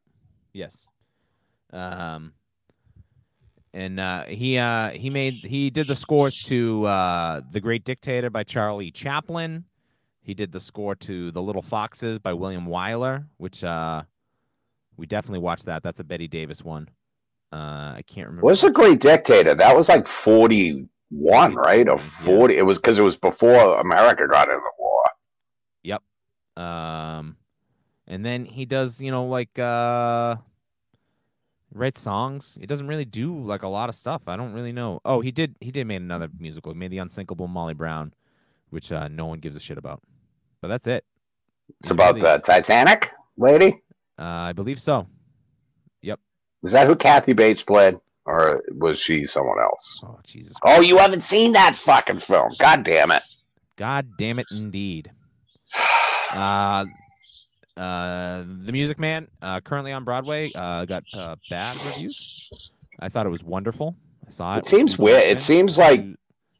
Speaker 2: Yes. Um and uh, he uh, he made he did the scores to uh, The Great Dictator by Charlie Chaplin. He did the score to The Little Foxes by William Wyler, which uh, we definitely watched that. That's a Betty Davis one. Uh, I can't remember.
Speaker 3: What's the Great Dictator? That was like 41, right? Or
Speaker 2: Yeah.
Speaker 3: 40. It was because it was before America got into the war.
Speaker 2: Um, and then he does, you know, like uh, write songs. He doesn't really do like a lot of stuff. I don't really know. Oh, he did. He did make another musical. He made the unsinkable Molly Brown, which uh, no one gives a shit about. But that's it.
Speaker 3: It's about the Titanic lady.
Speaker 2: Uh, I believe so.
Speaker 3: Is that who Kathy Bates played, or was she someone else?
Speaker 2: Oh Jesus!
Speaker 3: Oh, you haven't seen that fucking film. God damn it.
Speaker 2: God damn it, indeed. Uh, uh, the Music Man, uh, currently on Broadway, uh, got uh, bad reviews. I thought it was wonderful. I saw it.
Speaker 3: It seems weird. It seems like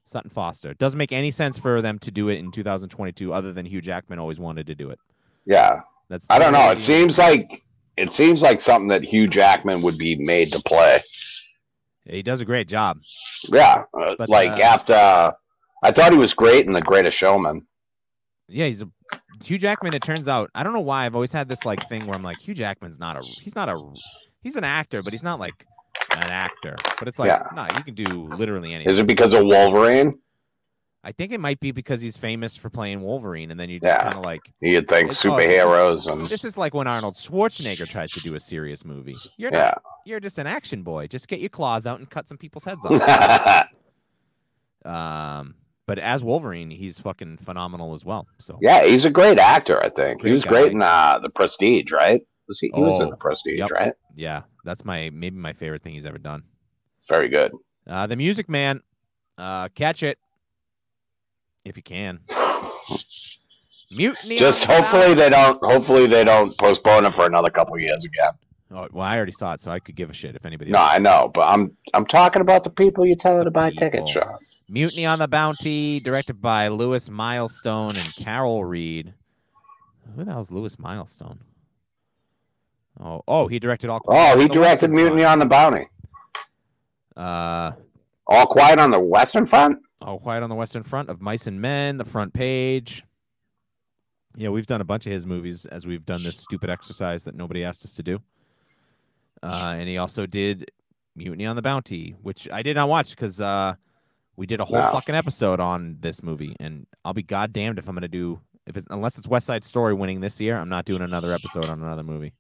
Speaker 2: Sutton Foster. Doesn't make any sense for them to do it in 2022, other than Hugh Jackman always wanted to do it.
Speaker 3: yeah.
Speaker 2: That's
Speaker 3: I don't know. It
Speaker 2: the-
Speaker 3: seems like it seems like something that Hugh Jackman would be made to play.
Speaker 2: he does a great job.
Speaker 3: Yeah, uh,
Speaker 2: But,
Speaker 3: like
Speaker 2: uh,
Speaker 3: after I thought he was great in The Greatest Showman.
Speaker 2: Yeah, he's a Hugh Jackman. It turns out I don't know why I've always had this like thing where I'm like Hugh Jackman's not a he's not a he's an actor, but he's not like an actor. But it's like
Speaker 3: Yeah.
Speaker 2: no, you can do literally anything.
Speaker 3: Is it because of Wolverine?
Speaker 2: I think it might be because he's famous for playing Wolverine, and then you just
Speaker 3: Yeah.
Speaker 2: kind of like,
Speaker 3: You'd think
Speaker 2: It's- oh, this is-
Speaker 3: superheroes and
Speaker 2: this is like when Arnold Schwarzenegger tries to do a serious movie. You're not,
Speaker 3: yeah.
Speaker 2: you're just an action boy. Just get your claws out and cut some people's heads
Speaker 3: yeah,
Speaker 2: off. um, but as Wolverine, he's fucking phenomenal as well. So
Speaker 3: he's a great actor. I think he
Speaker 2: Great
Speaker 3: was
Speaker 2: guy.
Speaker 3: great in uh, The Prestige, right? Was he? He was in
Speaker 2: Oh,
Speaker 3: The Prestige,
Speaker 2: yep.
Speaker 3: right?
Speaker 2: yeah, that's my maybe my favorite thing he's ever done.
Speaker 3: Very good.
Speaker 2: Uh, the Music Man, uh, catch it if you can. Mutiny. on
Speaker 3: Just
Speaker 2: the
Speaker 3: hopefully they don't. Hopefully they don't postpone it for another couple years again.
Speaker 2: Bow- Oh, well, I already saw it, so I could give a shit if anybody.
Speaker 3: No,
Speaker 2: else-
Speaker 3: I know, but I'm I'm talking about the people you tell
Speaker 2: The
Speaker 3: to buy tickets,
Speaker 2: people.
Speaker 3: Sean.
Speaker 2: Mutiny on the Bounty, directed by Lewis Milestone and Carol Reed. Who the hell's Lewis Milestone? Oh, oh, he directed all. Quiet
Speaker 3: Oh, he
Speaker 2: on the
Speaker 3: directed
Speaker 2: Western
Speaker 3: Mutiny
Speaker 2: Front.
Speaker 3: on the Bounty.
Speaker 2: Uh,
Speaker 3: All Quiet on the Western Front.
Speaker 2: all Quiet on the Western Front of Mice and Men, The Front Page. Yeah, we've done a bunch of his movies as we've done this stupid exercise that nobody asked us to do. Uh, and he also did Mutiny on the Bounty, which I did not watch because uh, we did a whole
Speaker 3: Wow.
Speaker 2: fucking episode on this movie. And I'll be goddamned if I'm going to do, if it's, unless it's West Side Story winning this year, I'm not doing another episode on another movie.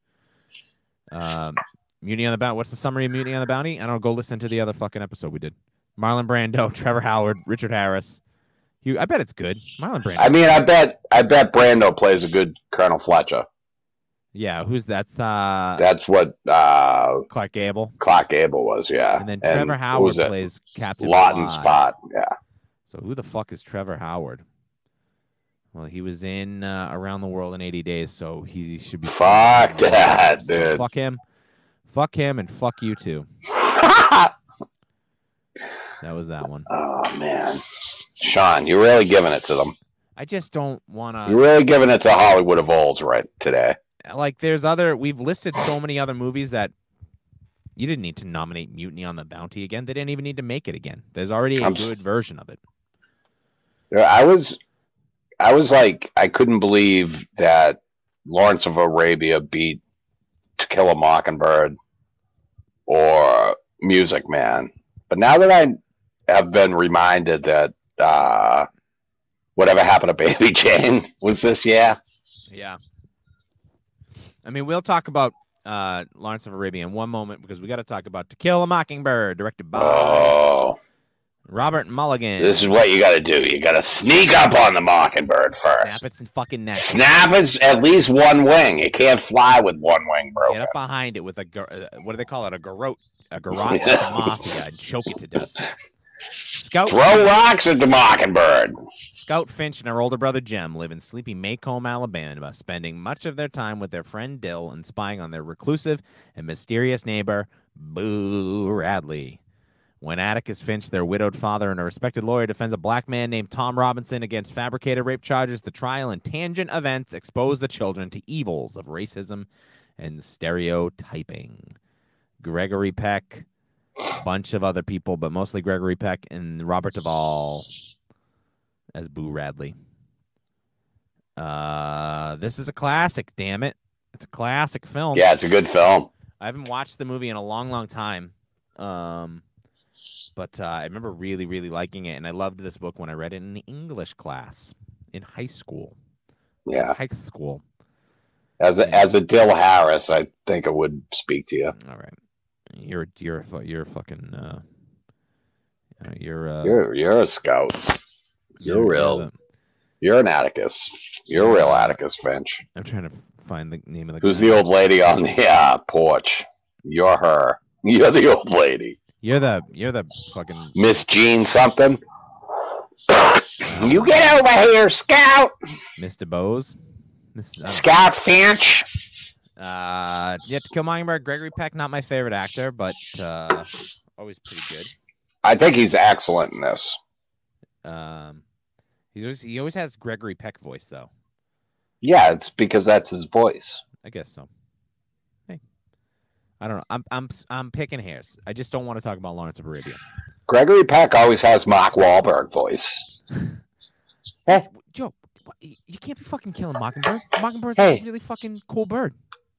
Speaker 2: Um, Mutiny on the Bounty. What's the summary of Mutiny on the Bounty? I don't know, go listen to the other fucking episode we did. Marlon Brando, Trevor Howard, Richard Harris. You, I bet it's good. Marlon Brando.
Speaker 3: I mean, I bet I bet Brando plays a good Colonel Fletcher.
Speaker 2: yeah, who's that's uh,
Speaker 3: That's what uh,
Speaker 2: Clark Gable,
Speaker 3: Clark Gable was, yeah.
Speaker 2: and then Trevor
Speaker 3: who
Speaker 2: Howard
Speaker 3: was it?
Speaker 2: plays Captain
Speaker 3: Lawton
Speaker 2: Bligh.
Speaker 3: Spot, yeah.
Speaker 2: So who the fuck is Trevor Howard? Well, he was in uh, Around the World in 80 Days, so he should be.
Speaker 3: Fuck that,
Speaker 2: So
Speaker 3: dude.
Speaker 2: Fuck him. Fuck him and fuck you too. That was that one.
Speaker 3: oh man, Sean, you're really giving it to them.
Speaker 2: I just don't want
Speaker 3: You're
Speaker 2: to.
Speaker 3: really giving it to Hollywood of old right today.
Speaker 2: Like, there's other. We've listed so many other movies that you didn't need to nominate Mutiny on the Bounty again. They didn't even need to make it again. There's already a
Speaker 3: I'm s-
Speaker 2: good version of it.
Speaker 3: Yeah, I was, I was like, I couldn't believe that Lawrence of Arabia beat To Kill a Mockingbird or Music Man. But now that I have been reminded that uh, whatever happened to Baby Jane was this year,
Speaker 2: Yeah. I mean, we'll talk about uh, Lawrence of Arabia in one moment because we got to talk about To Kill a Mockingbird, directed by
Speaker 3: oh,
Speaker 2: Robert Mulligan.
Speaker 3: this is what you got to do. You got to sneak up on the Mockingbird first.
Speaker 2: Snap its fucking neck.
Speaker 3: Snap it's at least one wing. It can't fly with one wing
Speaker 2: Get
Speaker 3: broken.
Speaker 2: up behind it with a gar- uh, what do they call it? A garrote, a garrote
Speaker 3: Yeah.
Speaker 2: like the mafia, and choke it to death. Scout,
Speaker 3: Throw rocks at the mockingbird.
Speaker 2: Scout Finch and her older brother Jem live in sleepy Maycomb, Alabama, spending much of their time with their friend Dill and spying on their reclusive and mysterious neighbor Boo Radley. When Atticus Finch, their widowed father and a respected lawyer, defends a black man named Tom Robinson against fabricated rape charges, the trial and tangent events expose the children to evils of racism and stereotyping. Gregory Peck, a bunch of other people, but mostly Gregory Peck and Robert Duvall as Boo Radley. Uh, this is a classic, damn it. It's a classic film.
Speaker 3: Yeah, it's a good film.
Speaker 2: I haven't watched the movie in a long, long time. Um, but uh, I remember really, really liking it, and I loved this book when I read it in the English class in high school.
Speaker 3: Yeah.
Speaker 2: High school.
Speaker 3: As a, as a Dill Harris, I think it would speak to you.
Speaker 2: All right, you're you're a fu- you're a fucking uh, uh, you're uh,
Speaker 3: You're you're a scout. You're real.
Speaker 2: the-
Speaker 3: You're an Atticus. You're a real Atticus Finch.
Speaker 2: I'm trying to find the name of the.
Speaker 3: Who's
Speaker 2: guy.
Speaker 3: the old lady on the uh, porch? You're her. You're the old lady,
Speaker 2: You're the you're the fucking.
Speaker 3: Miss Jean something. you get over here, Scout.
Speaker 2: Miss DeBose. Miss, I don't
Speaker 3: Scout Finch.
Speaker 2: Uh, Yet to Kill Mockingbird, Gregory Peck, not my favorite actor, but uh, always pretty good.
Speaker 3: I think he's excellent in this.
Speaker 2: Um, he always, he always has Gregory Peck voice though.
Speaker 3: Yeah, it's because that's his voice.
Speaker 2: I guess so. Hey, I don't know. I'm I'm s- I'm picking hairs. I just don't want to talk about Lawrence of Arabia.
Speaker 3: Gregory Peck always has Mark Wahlberg voice.
Speaker 2: Joe, what- y- you can't be fucking killing Mockingbird. Mockingbird's
Speaker 3: Hey.
Speaker 2: a really fucking cool bird.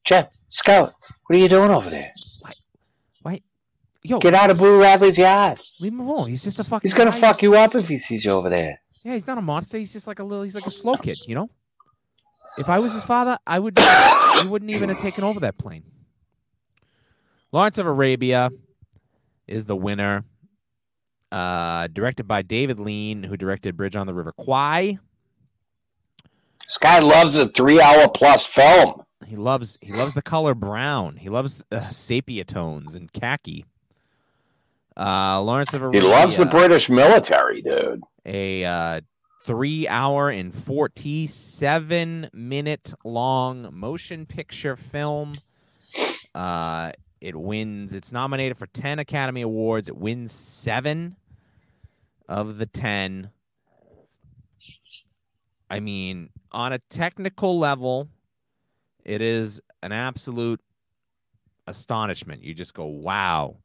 Speaker 3: Jeff, Scout, what are you doing over there?
Speaker 2: Yo,
Speaker 3: Get out of Boo Radley's yard.
Speaker 2: leave him alone. He's just a fucking.
Speaker 3: He's gonna
Speaker 2: guy.
Speaker 3: fuck you up if he sees you over there.
Speaker 2: Yeah, he's not a monster. He's just like a little. He's like a slow kid, you know. If I was his father, I would. He wouldn't even have taken over that plane. Lawrence of Arabia is the winner. Uh, directed by David Lean, who directed Bridge on the River Kwai.
Speaker 3: This guy loves a three-hour plus film.
Speaker 2: He loves he loves the color brown. He loves uh, sepia tones and khaki. Uh, Lawrence of
Speaker 3: He
Speaker 2: Arabia.
Speaker 3: loves the British military, dude.
Speaker 2: a uh, three hour and 47 minute long motion picture film. Uh, it wins, it's nominated for 10 Academy Awards. It wins seven of the 10. I mean, on a technical level, it is an absolute astonishment. You just go, wow.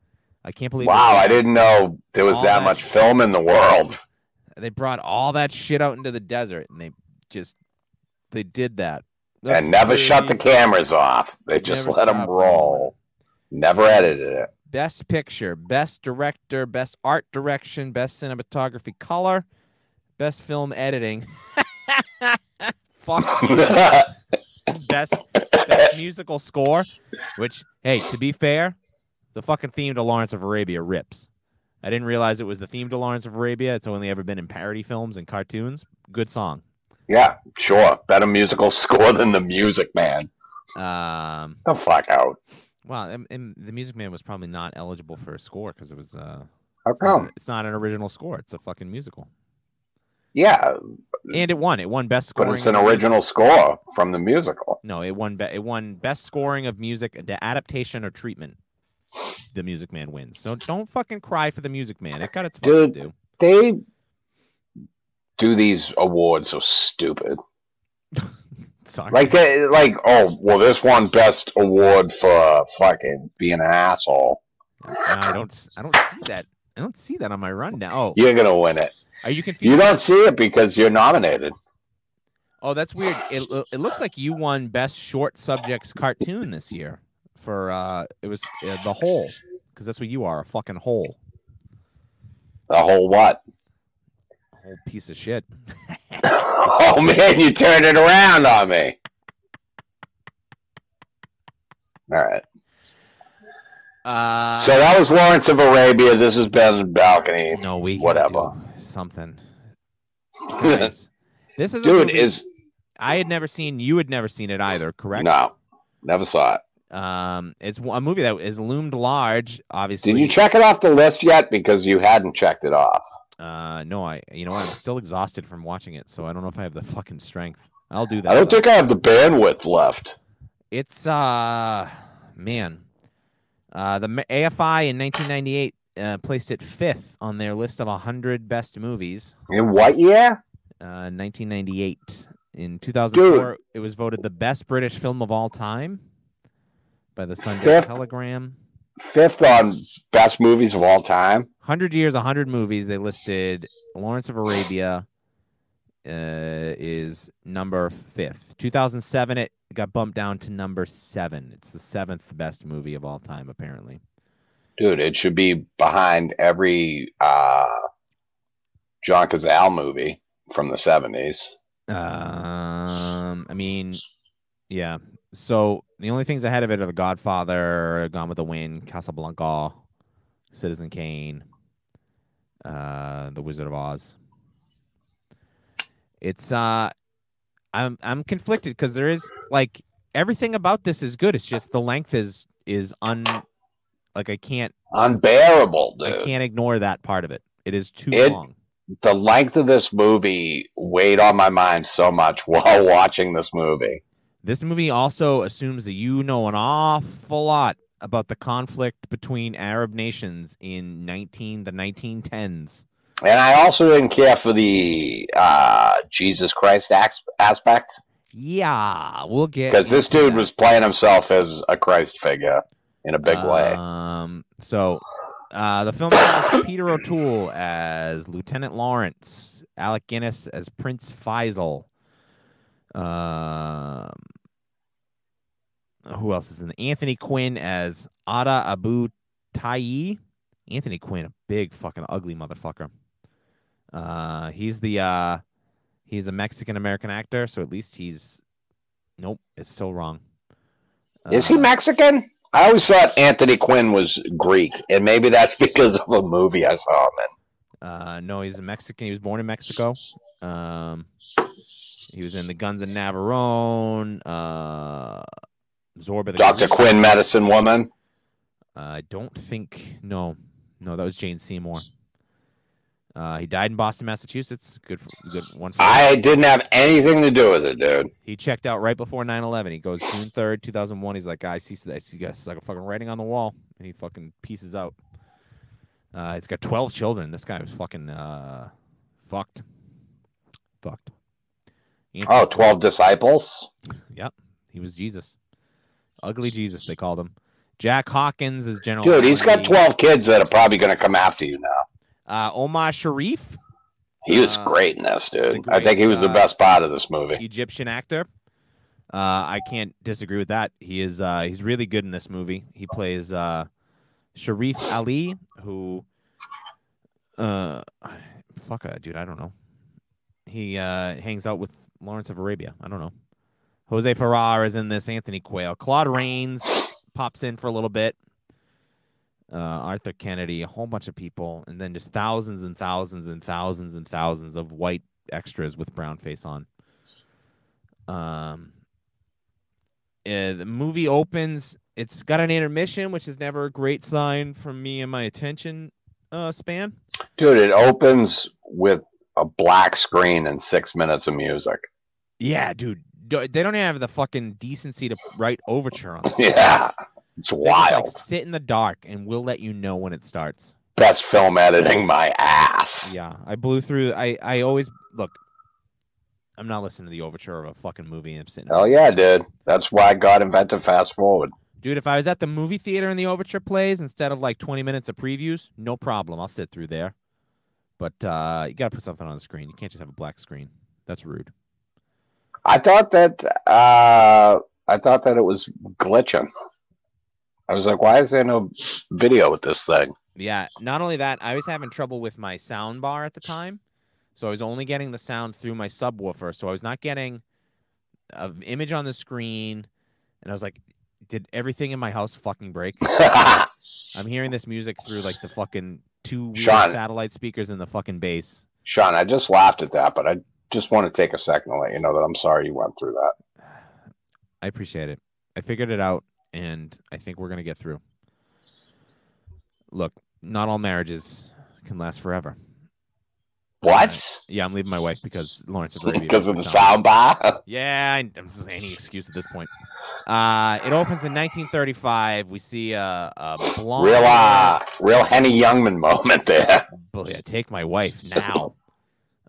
Speaker 2: I can't believe
Speaker 3: Wow,
Speaker 2: I
Speaker 3: I
Speaker 2: did.
Speaker 3: didn't know there was
Speaker 2: All
Speaker 3: that
Speaker 2: that
Speaker 3: much
Speaker 2: shit.
Speaker 3: film in the world.
Speaker 2: They brought all that shit out into the desert, and they just they did that That's
Speaker 3: And never shut the
Speaker 2: crazy.
Speaker 3: cameras off. They just
Speaker 2: Never
Speaker 3: let them
Speaker 2: stopped
Speaker 3: roll. Never edited it.
Speaker 2: Best picture, best director, best art direction, best cinematography, color, best film editing. Fuck. best best musical score, which hey, to be fair, the fucking theme to Lawrence of Arabia rips. I didn't realize it was the theme to Lawrence of Arabia. It's only ever been in parody films and cartoons. Good song.
Speaker 3: yeah, sure. Better musical score than the music man.
Speaker 2: Um,
Speaker 3: The fuck out.
Speaker 2: Well, and, and the Music Man was probably not eligible for a score because it was uh,
Speaker 3: How
Speaker 2: it's not-
Speaker 3: come?
Speaker 2: it's not an original score. It's a fucking musical.
Speaker 3: Yeah,
Speaker 2: and it won. It won best
Speaker 3: Mm. but
Speaker 2: scoring.
Speaker 3: it's an
Speaker 2: of music.
Speaker 3: original score from the musical.
Speaker 2: No, it won. Be- it won best scoring of music, the adaptation or treatment. The Music Man wins. So don't fucking cry for the Music Man. It got its fucking
Speaker 3: Dude.
Speaker 2: due.
Speaker 3: They do these awards so stupid.
Speaker 2: Sorry.
Speaker 3: Like they like oh well, this one best award for fucking being an asshole.
Speaker 2: No, I don't. I don't see that. I don't see that on my rundown. Oh,
Speaker 3: You're gonna win it.
Speaker 2: are you confused?
Speaker 3: You don't see it because you're nominated.
Speaker 2: Oh, that's weird. It, lo- it looks like you won best short subjects cartoon this year for uh it was uh, the hole because that's what you are a fucking hole
Speaker 3: The whole what?
Speaker 2: a whole piece of shit.
Speaker 3: oh man, you turned it around on me. All right.
Speaker 2: Uh,
Speaker 3: So that was Lawrence of Arabia. This has been Balcony.
Speaker 2: no, we gotta
Speaker 3: whatever.
Speaker 2: do something. Guys, this is a
Speaker 3: Dude
Speaker 2: movie
Speaker 3: is
Speaker 2: I had never seen. You had never seen it either, correct?
Speaker 3: no, never saw it.
Speaker 2: Um, it's a movie that is loomed large. Obviously,
Speaker 3: Did you check it off the list yet? Because you hadn't checked it off.
Speaker 2: Uh, no, I. You know, what? I'm still exhausted from watching it, so I don't know if I have the fucking strength. I'll do that.
Speaker 3: I don't
Speaker 2: though.
Speaker 3: think I have the bandwidth left.
Speaker 2: It's uh, man, uh, the Ma- AFI in 1998 uh, placed it fifth on their list of 100 best movies.
Speaker 3: In what year?
Speaker 2: Uh, 1998. In 2004, it was voted the best British film of all time by the Sunday
Speaker 3: Fifth.
Speaker 2: Telegram.
Speaker 3: Fifth on best movies of all time.
Speaker 2: 100 years, 100 movies. They listed Lawrence of Arabia uh, is number fifth. 2007, it got bumped down to number seven. It's the seventh best movie of all time, apparently.
Speaker 3: Dude, it should be behind every uh, John Cazale movie from the 70s.
Speaker 2: Um, I mean, yeah. So the only things ahead of it are The Godfather, Gone with the Wind, Casablanca, Citizen Kane, uh, The Wizard of Oz. It's uh, I'm I'm conflicted because there is like everything about this is good. It's just the length is is un like I can't
Speaker 3: Unbearable,
Speaker 2: I
Speaker 3: dude.
Speaker 2: can't ignore that part of it. It is too
Speaker 3: It-
Speaker 2: long.
Speaker 3: The length of this movie weighed on my mind so much while watching this movie.
Speaker 2: This movie also assumes that you know an awful lot about the conflict between Arab nations in 19 the 1910s.
Speaker 3: And I also didn't care for the uh, Jesus Christ ax- aspect
Speaker 2: Yeah, we'll get
Speaker 3: because this
Speaker 2: into
Speaker 3: dude
Speaker 2: that.
Speaker 3: was playing himself as a Christ figure in a big
Speaker 2: Uh,
Speaker 3: way.
Speaker 2: Um, so uh, the film stars Peter O'Toole as Lieutenant Lawrence, Alec Guinness as Prince Faisal. Um, who else is in? The- Anthony Quinn as Ada Abu Tayi. Anthony Quinn, a big fucking ugly motherfucker. Uh, he's the uh, he's a Mexican American actor, so at least he's nope, it's still wrong.
Speaker 3: Is he
Speaker 2: Uh,
Speaker 3: Mexican? I always thought Anthony Quinn was Greek, and maybe that's because of a movie I saw him in.
Speaker 2: Uh, no, he's a Mexican. He was born in Mexico. Um, he was in the Guns of Navarone. Uh, Zorba the
Speaker 3: Dr.
Speaker 2: Greek.
Speaker 3: Quinn, Medicine Woman.
Speaker 2: I don't think. No, no, that was Jane Seymour. Uh, he died in Boston, Massachusetts. Good, for, good one. For
Speaker 3: I didn't have anything to do with it, dude.
Speaker 2: He checked out right before 9/11. He goes June 3rd, 2001. He's like, I see, I see, guys, like a fucking writing on the wall, and he fucking pieces out. Uh, it's got 12 children. This guy was fucking uh, fucked, fucked. Anthony-
Speaker 3: Oh, 12 disciples?
Speaker 2: he was Jesus, ugly Jesus. They called him. Jack Hawkins is General.
Speaker 3: Dude, he's got
Speaker 2: Allenby.
Speaker 3: 12 kids that are probably going to come after you now.
Speaker 2: Uh, Omar Sharif,
Speaker 3: He was
Speaker 2: Uh,
Speaker 3: great in this, dude.
Speaker 2: the
Speaker 3: I think he was the
Speaker 2: great, uh,
Speaker 3: best part of this movie.
Speaker 2: Egyptian actor. Uh, I can't disagree with that. He is uh, he's really good in this movie. He plays uh, Sharif Ali, who uh, fuck uh, dude, I don't know. He uh, hangs out with Lawrence of Arabia. I don't know. Jose Ferrar is in this. Anthony Quayle, Claude Rains pops in for a little bit. Uh, Arthur Kennedy, a whole bunch of people, and then just thousands and thousands and thousands and thousands of white extras with brown face on. Um, eh, the movie opens. It's got an intermission, which is never a great sign from me and my attention uh, span.
Speaker 3: Dude, it opens with a black screen and six minutes of music.
Speaker 2: Yeah, dude. do- They don't even have the fucking decency to write overture on this.
Speaker 3: Yeah,
Speaker 2: They
Speaker 3: it's
Speaker 2: just,
Speaker 3: wild.
Speaker 2: Like, sit in the dark, and we'll let you know when it starts.
Speaker 3: Best film editing, my ass.
Speaker 2: Yeah, I blew through. I I always look. I'm not listening to the overture of a fucking movie. I'm sitting.
Speaker 3: Hell Oh, yeah, dude. That's why God invented fast forward.
Speaker 2: Dude, if I was at the movie theater and the overture plays instead of like 20 minutes of previews, no problem. I'll sit through there. But uh, you got to put something on the screen. You can't just have a black screen. That's rude.
Speaker 3: I thought that uh, I thought that it was glitching. I was like, why is there no video with this thing?
Speaker 2: Yeah, not only that, I was having trouble with my sound bar at the time. So I was only getting the sound through my subwoofer. So I was not getting an image on the screen. And I was like, did everything in my house fucking break? I'm hearing this music through like the fucking two weird
Speaker 3: Sean.
Speaker 2: satellite speakers in the fucking base.
Speaker 3: Sean, I just laughed at that, but I just want to take a second to let you know that I'm sorry you went through that.
Speaker 2: I appreciate it. I figured it out, and I think we're gonna get through. Look, not all marriages can last forever.
Speaker 3: What?
Speaker 2: Yeah, I'm leaving my wife because Lawrence of Arabia.
Speaker 3: Because
Speaker 2: broke
Speaker 3: of
Speaker 2: my
Speaker 3: the sound bar?
Speaker 2: Yeah, I, I'm just- any excuse at this point. Uh, it opens in 1935. We see a, a blonde.
Speaker 3: Real, uh, real Henny Youngman moment there.
Speaker 2: Bl- yeah, take my wife now.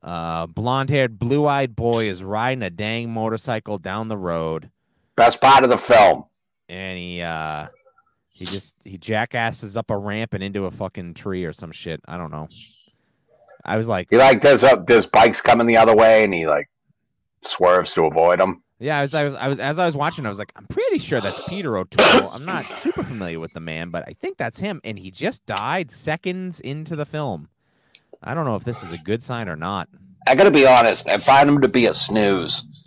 Speaker 2: Uh, blonde-haired, blue-eyed boy is riding a dang motorcycle down the road.
Speaker 3: Best part of the film.
Speaker 2: and he uh he just he jackasses up a ramp and into a fucking tree or some shit. I don't know. I was like,
Speaker 3: He like there's up there's bikes coming the other way, and he like swerves to avoid them.
Speaker 2: yeah, I was, I was, I was, as I was watching, I was like, I'm pretty sure that's Peter O'Toole. I'm not super familiar with the man, but I think that's him. And he just died seconds into the film. I don't know if this is a good sign or not.
Speaker 3: I gotta be honest, I find him to be a snooze.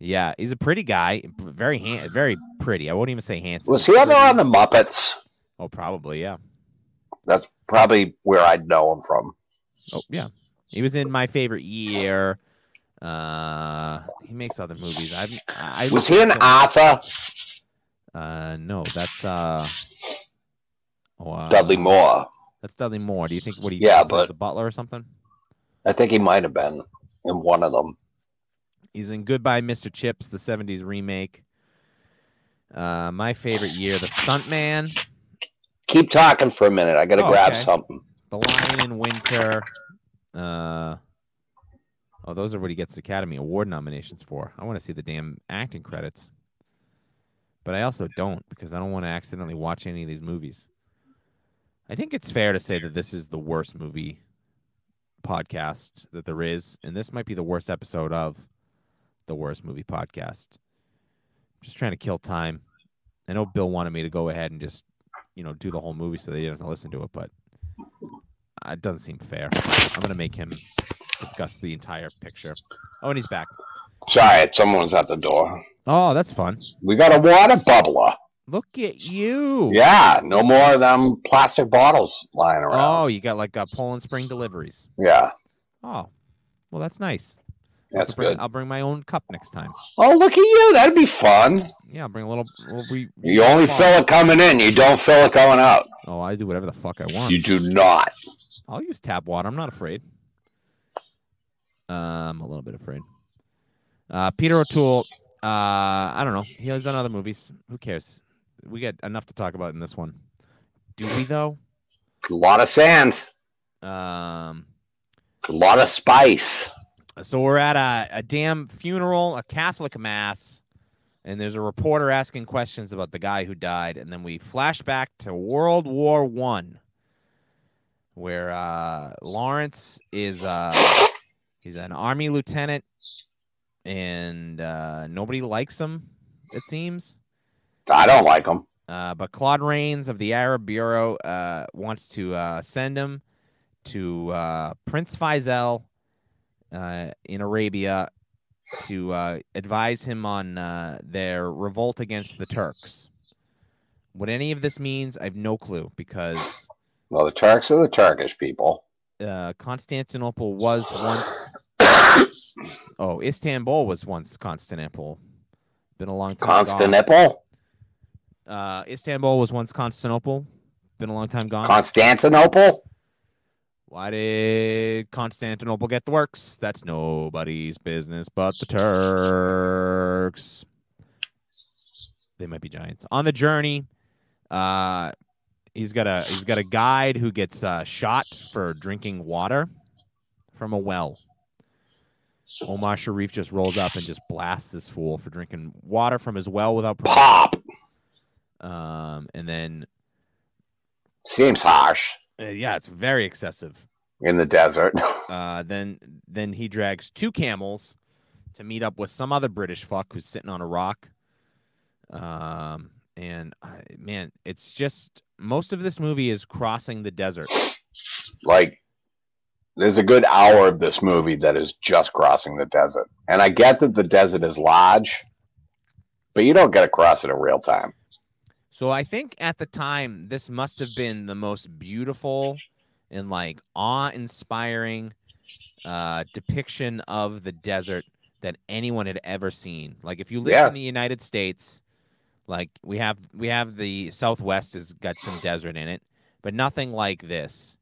Speaker 2: Yeah, he's a pretty guy, very hand, very pretty. I won't even say handsome.
Speaker 3: Was he ever on the Muppets?
Speaker 2: Oh, probably, yeah.
Speaker 3: That's probably where I'd know him from.
Speaker 2: Oh yeah, he was in my favorite year. Uh, he makes other movies. I I
Speaker 3: Was he an
Speaker 2: Uh,
Speaker 3: Arthur?
Speaker 2: no, that's uh. oh, uh,
Speaker 3: Dudley Moore.
Speaker 2: That's Dudley Moore. Do you think what he?
Speaker 3: Yeah,
Speaker 2: plays
Speaker 3: but-
Speaker 2: the butler or something.
Speaker 3: I think he might have been in one of them.
Speaker 2: He's in Goodbye, Mr. Chips, the '70s remake. Uh, my favorite year, The Stuntman,
Speaker 3: Keep talking for a minute. I gotta
Speaker 2: Oh,
Speaker 3: grab
Speaker 2: okay.
Speaker 3: something.
Speaker 2: The Lion in Winter. Uh, oh, those are what he gets Academy Award nominations for. I want to see the damn acting credits, but I also don't because I don't want to accidentally watch any of these movies. I think it's fair to say that this is the worst movie podcast that there is, and this might be the worst episode of the worst movie podcast. just trying to kill time. I know Bill wanted me to go ahead and just, you know, do the whole movie so they didn't have to listen to it, but uh, it doesn't seem fair. I'm gonna make him discuss the entire picture. Oh, and he's back.
Speaker 3: Sorry, someone was at the door.
Speaker 2: Oh, that's fun.
Speaker 3: We got a water bubbler.
Speaker 2: Look at you.
Speaker 3: Yeah, no more of them plastic bottles lying around.
Speaker 2: Oh, you got like uh, Poland Spring deliveries.
Speaker 3: Yeah,
Speaker 2: Oh, well, that's nice. I'll
Speaker 3: that's
Speaker 2: bring-
Speaker 3: good.
Speaker 2: I'll bring my own cup next time.
Speaker 3: Oh, look at you. That'd be fun.
Speaker 2: Yeah, I'll bring a little. little re-
Speaker 3: You only fill it coming in. You don't fill it going out.
Speaker 2: Oh, I do whatever the fuck I want.
Speaker 3: You do not.
Speaker 2: I'll use tap water. I'm not afraid. Uh, I'm a little bit afraid. Uh, Peter O'Toole. Uh, I don't know. He was on other movies. Who cares? We got enough to talk about in this one. Do we though?
Speaker 3: A lot of sand.
Speaker 2: Um,
Speaker 3: A lot of spice.
Speaker 2: so we're at a, a damn funeral, a Catholic mass, and there's a reporter asking questions about the guy who died, and then we flash back to World War One, where uh, Lawrence is uh, he's an army lieutenant, and uh, nobody likes him, it seems.
Speaker 3: I don't like them.
Speaker 2: Uh, but Claude Rains of the Arab Bureau uh, wants to uh, send him to uh, Prince Faisal uh, in Arabia to uh, advise him on uh, their revolt against the Turks. What any of this means, I have no clue because
Speaker 3: Well, the Turks are the Turkish people.
Speaker 2: uh, Constantinople was once. Oh, Istanbul was once Constantinople. Been a long time. gone.
Speaker 3: Constantinople?
Speaker 2: Uh, Istanbul was once Constantinople. Been a long time gone.
Speaker 3: Constantinople?
Speaker 2: Why did Constantinople get the works? That's nobody's business but the Turks. They might be giants. On the journey, uh, he's got a he's got a guide who gets uh, shot for drinking water from a well. Omar Sharif just rolls up and just blasts this fool for drinking water from his well without permission.
Speaker 3: Pop
Speaker 2: Um, and then
Speaker 3: seems harsh
Speaker 2: uh, yeah, it's very excessive.
Speaker 3: in the desert.
Speaker 2: Uh, then then he drags two camels to meet up with some other British fuck who's sitting on a rock. Um, and I, man, it's just most of this movie is crossing the desert.
Speaker 3: like there's a good hour of this movie that is just crossing the desert. And I get that the desert is large, but you don't get across it in real time.
Speaker 2: So I think at the time this must have been the most beautiful and like awe-inspiring uh, depiction of the desert that anyone had ever seen. Like if you live
Speaker 3: Yeah.
Speaker 2: in the United States, like we have we have the Southwest has got some desert in it, but nothing like this.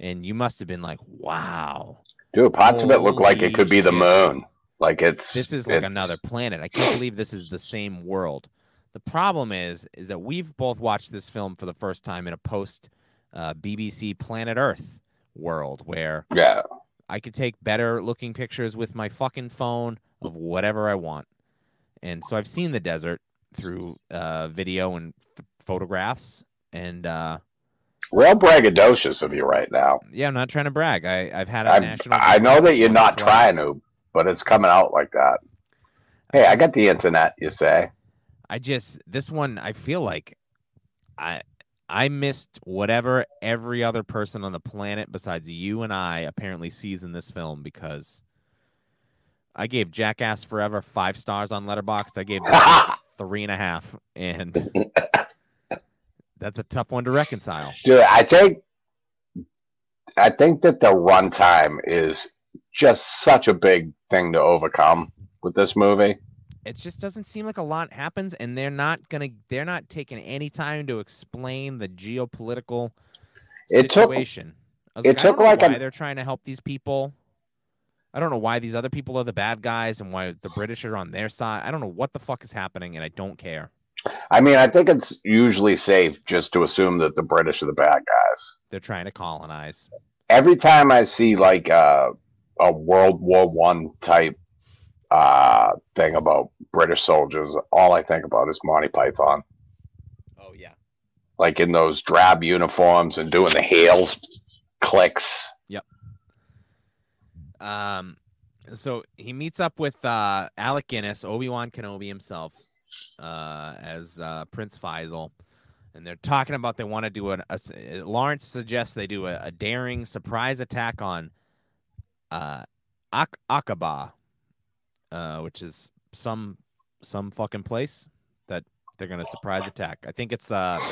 Speaker 2: And you must have been like, wow,
Speaker 3: Dude, parts of it look like it could be the
Speaker 2: Holy
Speaker 3: moon. Like it's
Speaker 2: this is like
Speaker 3: it's-
Speaker 2: another planet. I can't believe this is the same world. The problem is, is that we've both watched this film for the first time in a post uh, BBC Planet Earth world where
Speaker 3: Yeah.
Speaker 2: I could take better looking pictures with my fucking phone of whatever I want. And so I've seen the desert through uh, video and f- photographs. And uh,
Speaker 3: Real braggadocious of you right now.
Speaker 2: yeah, I'm not trying to brag. I, I've had a
Speaker 3: I,
Speaker 2: national.
Speaker 3: I know that you're not trying
Speaker 2: to.
Speaker 3: to, but it's coming out like that. Hey, I got the internet, you say.
Speaker 2: I just this one I feel like I I missed whatever every other person on the planet besides you and I apparently sees in this film because I gave Jackass Forever five stars on Letterboxd. I gave that three and a half, and that's a tough one to reconcile.
Speaker 3: Dude, I think I think that the runtime is just such a big thing to overcome with this movie.
Speaker 2: It just doesn't seem like a lot happens, and they're not gonna they're not taking any time to explain the geopolitical
Speaker 3: It took-
Speaker 2: situation. I was
Speaker 3: it
Speaker 2: like, I don't
Speaker 3: took
Speaker 2: know
Speaker 3: like
Speaker 2: why
Speaker 3: an-
Speaker 2: they're trying to help these people. I don't know why these other people are the bad guys and why the British are on their side. I don't know what the fuck is happening, and I don't care.
Speaker 3: I mean, I think it's usually safe just to assume that the British are the bad guys.
Speaker 2: They're trying to colonize.
Speaker 3: Every time I see like a, a World War One type uh, thing about British soldiers, all I think about is Monty Python,
Speaker 2: Oh yeah.
Speaker 3: like in those drab uniforms and doing the hail clicks.
Speaker 2: Um, so he meets up with uh, Alec Guinness, Obi Wan Kenobi himself, uh, as uh, Prince Faisal, and they're talking about they want to do an. A, s- uh, Lawrence suggests they do a, a daring surprise attack on uh, Ak- Aqaba, uh, which is some some fucking place that they're gonna surprise attack. I think it's uh, a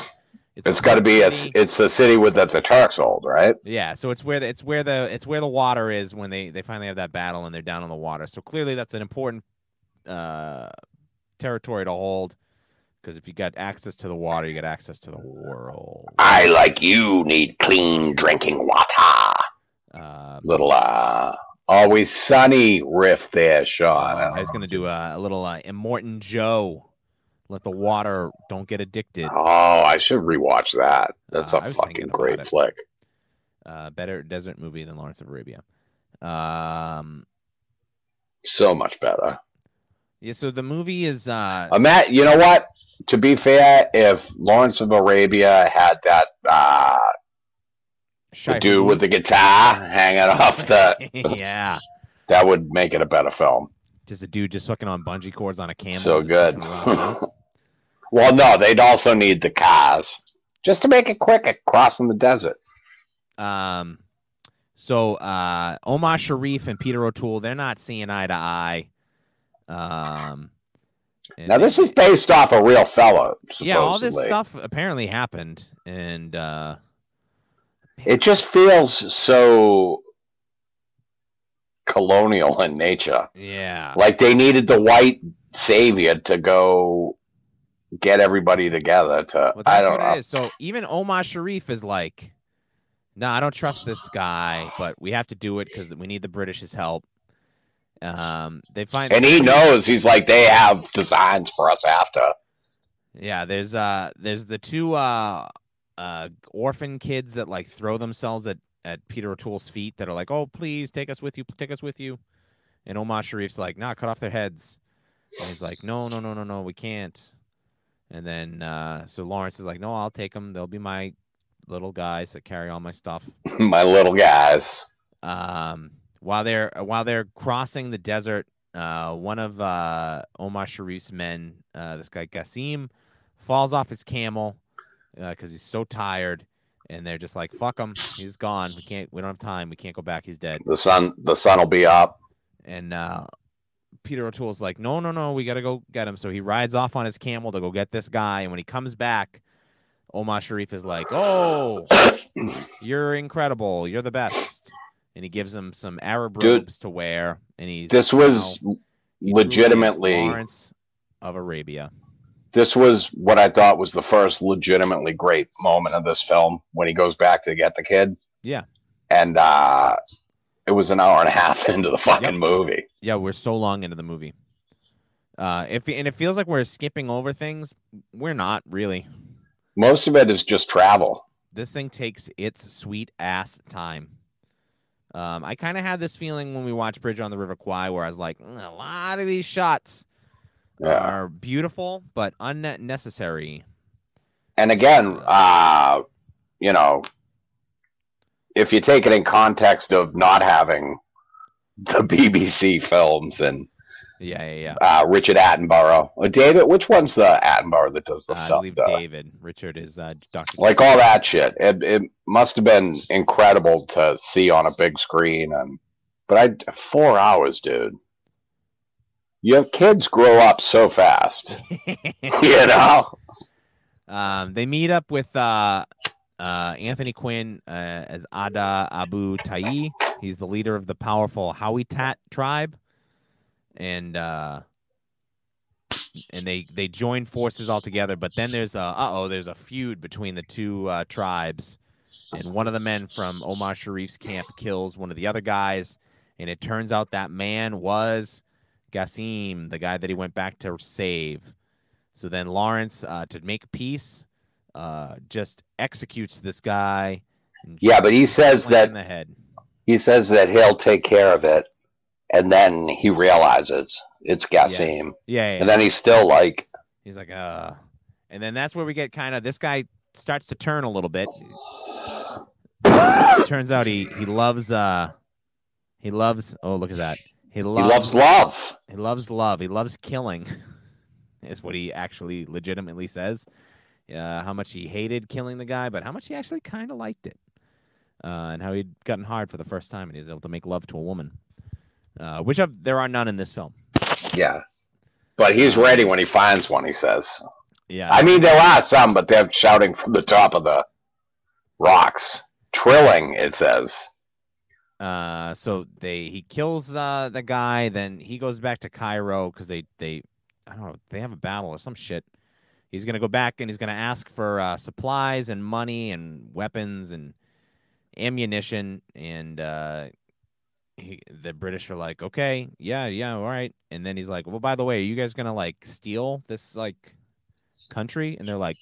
Speaker 3: It's got to be a
Speaker 2: city.
Speaker 3: it's a city with that the Turks hold, right?
Speaker 2: Yeah, so it's where the, it's where the it's where the water is when they they finally have that battle and they're down on the water. So clearly that's an important uh territory to hold because if you got access to the water, you got access to the world.
Speaker 3: I like you need clean drinking water.
Speaker 2: Uh,
Speaker 3: Little uh, always sunny riff there, Sean.
Speaker 2: I was gonna do a, a little uh, Immortan Joe. Let the water don't get addicted.
Speaker 3: Oh, I should rewatch that. That's
Speaker 2: Uh,
Speaker 3: a
Speaker 2: I was thinking
Speaker 3: fucking
Speaker 2: about
Speaker 3: great
Speaker 2: it.
Speaker 3: flick.
Speaker 2: Uh, better desert movie than Lawrence of Arabia. Um,
Speaker 3: So much better.
Speaker 2: yeah, so the movie is uh,
Speaker 3: Uh, Matt, you know what? To be fair, if Lawrence of Arabia had that uh,
Speaker 2: Shai
Speaker 3: to do with the
Speaker 2: Hulud.
Speaker 3: guitar hanging off the,
Speaker 2: yeah.
Speaker 3: that would make it a better film.
Speaker 2: just a dude just hooking on bungee cords on a camel.
Speaker 3: so
Speaker 2: just
Speaker 3: good.
Speaker 2: fucking rocking out.
Speaker 3: well, no, they'd also need the cars just to make it quick at crossing the desert.
Speaker 2: um, so uh, Omar Sharif and Peter O'Toole, they're not seeing eye to eye. Um, and
Speaker 3: Now,
Speaker 2: they-
Speaker 3: this is based off a real fellow. Supposedly.
Speaker 2: yeah, all this stuff apparently happened, and uh,
Speaker 3: It just feels so colonial in nature.
Speaker 2: yeah,
Speaker 3: Like they needed the white savior to go get everybody together to
Speaker 2: Well, that's
Speaker 3: I don't
Speaker 2: what
Speaker 3: know.
Speaker 2: it is. So even Omar Sharif is like, no, I don't trust this guy, but we have to do it because we need the British's help. Um, they find
Speaker 3: And he knows he's like they have designs for us after.
Speaker 2: Yeah, there's uh there's the two uh uh orphan kids that like throw themselves at at Peter O'Toole's feet that are like, "Oh, please take us with you. Take us with you." And Omar Sharif's like, "Nah, cut off their heads." And he's like, "No, no, no, no, no, we can't." And then uh so Lawrence is like, "No, I'll take them. They'll be my little guys that carry all my stuff."
Speaker 3: My little guys.
Speaker 2: Um while they're while they're crossing the desert, uh, one of uh, Omar Sharif's men, uh, this guy Gassim, falls off his camel because he's so tired, and they're just like, "Fuck him, he's gone. We can't. We don't have time. We can't go back. He's dead."
Speaker 3: The sun the sun will be up.
Speaker 2: And uh, Peter O'Toole's like, "No, no, no, we gotta go get him." So he rides off on his camel to go get this guy, and when he comes back. Omar Sharif is like, "Oh, you're incredible. You're the best." And he gives him some Arab
Speaker 3: Dude,
Speaker 2: robes to wear, and he's
Speaker 3: This was
Speaker 2: now- He truly is
Speaker 3: legitimately
Speaker 2: Lawrence of Arabia.
Speaker 3: this was what I thought was the first legitimately great moment of this film when he goes back to get the kid.
Speaker 2: Yeah.
Speaker 3: And uh it was an hour and a half into the fucking
Speaker 2: Yep.
Speaker 3: movie.
Speaker 2: Yeah, we're so long into the movie. Uh, if and it feels like we're skipping over things, we're not really.
Speaker 3: Most of it is just travel.
Speaker 2: This thing takes its sweet ass time. Um, I kind of had this feeling when we watched Bridge on the River Kwai, where I was like, "Mm, a lot of these shots
Speaker 3: Yeah.
Speaker 2: are beautiful but unnecessary.
Speaker 3: And again, uh, you know, if you take it in context of not having the BBC films and
Speaker 2: Yeah, yeah, yeah.
Speaker 3: uh, Richard Attenborough, or David, which one's the Attenborough that does the
Speaker 2: Uh, I
Speaker 3: stuff?
Speaker 2: believe
Speaker 3: the-
Speaker 2: David Richard is uh, Doctor.
Speaker 3: like all that shit. It, it must have been incredible to see on a big screen, and but I four hours, dude. Your kids grow up so fast, you know.
Speaker 2: Um, they meet up with uh, uh, Anthony Quinn uh, as Ada Abu Tayi. He's the leader of the powerful Howitat tribe, and uh, and they they join forces all together. But then there's a uh oh, there's a feud between the two uh, tribes, and one of the men from Omar Sharif's camp kills one of the other guys, and it turns out that man was Gassim, the guy that he went back to save. So then Lawrence, uh, to make peace, uh, just executes this guy. and
Speaker 3: Yeah,
Speaker 2: shoots
Speaker 3: but he
Speaker 2: him
Speaker 3: says
Speaker 2: right
Speaker 3: that-
Speaker 2: in the head.
Speaker 3: He says that he'll take care of it, and then he realizes it's Gassim,
Speaker 2: Yeah, yeah,
Speaker 3: and then he's still like,
Speaker 2: he's like, uh, and then that's where we get kind of this guy starts to turn a little bit. It turns out he he loves uh, he loves. Oh, look at that. He
Speaker 3: he
Speaker 2: loves
Speaker 3: loves love.
Speaker 2: He loves love. He loves killing, is what he actually legitimately says. Uh, how much he hated killing the guy, but how much he actually kind of liked it. Uh, and how he'd gotten hard for the first time and he was able to make love to a woman, uh, which of, there are none in this film.
Speaker 3: Yeah, but he's ready when he finds one. He says,
Speaker 2: Yeah.
Speaker 3: I mean, there are some, but they're shouting from the top of the rocks. Trilling, it says.
Speaker 2: Uh, so they he kills uh the guy, then he goes back to Cairo because they they I don't know they have a battle or some shit. He's gonna go back and he's gonna ask for uh, supplies and money and weapons and ammunition and uh, he, the British are like, okay, yeah, yeah, all right. And then he's like, well, by the way, are you guys gonna like steal this like country? And they're like,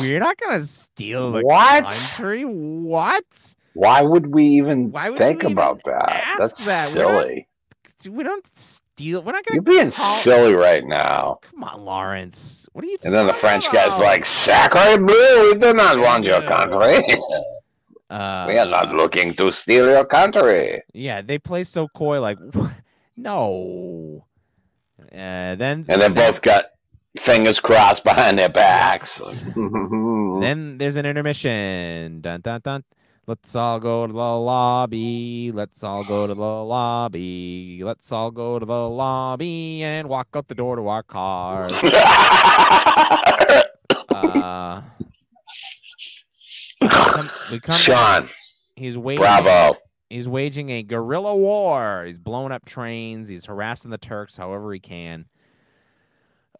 Speaker 2: we're not gonna steal the
Speaker 3: What?
Speaker 2: country. What?
Speaker 3: Why would we even
Speaker 2: Why would
Speaker 3: think
Speaker 2: we even
Speaker 3: about that?
Speaker 2: ask
Speaker 3: That's
Speaker 2: that? We're not
Speaker 3: silly.
Speaker 2: we don't steal. We're not
Speaker 3: You're
Speaker 2: gonna.
Speaker 3: being
Speaker 2: call-
Speaker 3: silly right now.
Speaker 2: Come on, Lawrence. What are you?
Speaker 3: And then the
Speaker 2: talking
Speaker 3: French guy's
Speaker 2: about?
Speaker 3: like, Sacre bleu, we do not want your
Speaker 2: Yeah.
Speaker 3: country.
Speaker 2: Uh,
Speaker 3: we are not looking to steal your country.
Speaker 2: Yeah, they play so coy. Like, "What? no. Uh, then
Speaker 3: And they both got fingers crossed behind their backs.
Speaker 2: Then there's an intermission. Dun dun dun. Let's all go to the lobby. Let's all go to the lobby. Let's all go to the lobby and walk out the door to our cars. Uh, come- we come.
Speaker 3: Sean,
Speaker 2: He's waiting.
Speaker 3: bravo.
Speaker 2: He's waging a guerrilla war. He's blowing up trains. He's harassing the Turks however he can.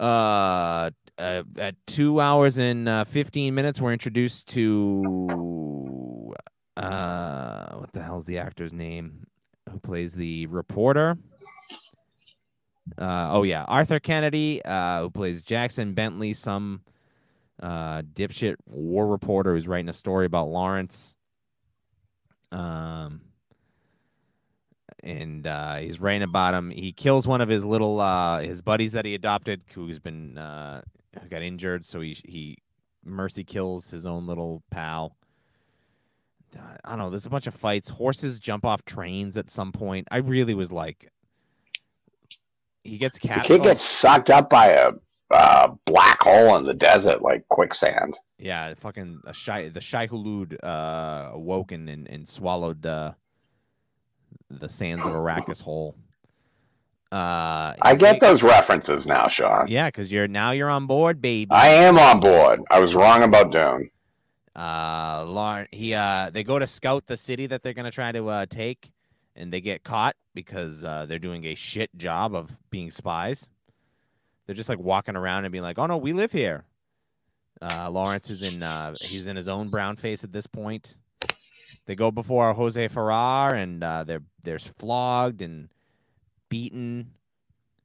Speaker 2: Uh, uh at two hours and uh, fifteen minutes, we're introduced to uh, the hell's the actor's name who plays the reporter? Uh, oh yeah, Arthur Kennedy, uh, who plays Jackson Bentley, some uh, dipshit war reporter who's writing a story about Lawrence. Um, and uh, he's writing about him. He kills one of his little uh, his buddies that he adopted, who's been uh, who got injured. So he he mercy kills his own little pal. Uh, I don't know. There's a bunch of fights. Horses jump off trains at some point. I really was like, he gets
Speaker 3: The
Speaker 2: captured.
Speaker 3: kid gets sucked up by a uh, black hole in the desert, like quicksand.
Speaker 2: Yeah, fucking a shy the shy Hulud uh awoken and, and swallowed the the sands of Arrakis whole. Uh
Speaker 3: I
Speaker 2: he-
Speaker 3: get those references now, Sean.
Speaker 2: Yeah, because you're now you're on board, baby.
Speaker 3: I am on board. I was wrong about Dune.
Speaker 2: uh Lauren he uh they go to scout the city that they're gonna try to uh take and they get caught because uh they're doing a shit job of being spies. They're just like walking around and being like, Oh no, we live here. Uh Lawrence is in uh he's in his own brown face at this point. They go before Jose Farrar and uh they're they're flogged and beaten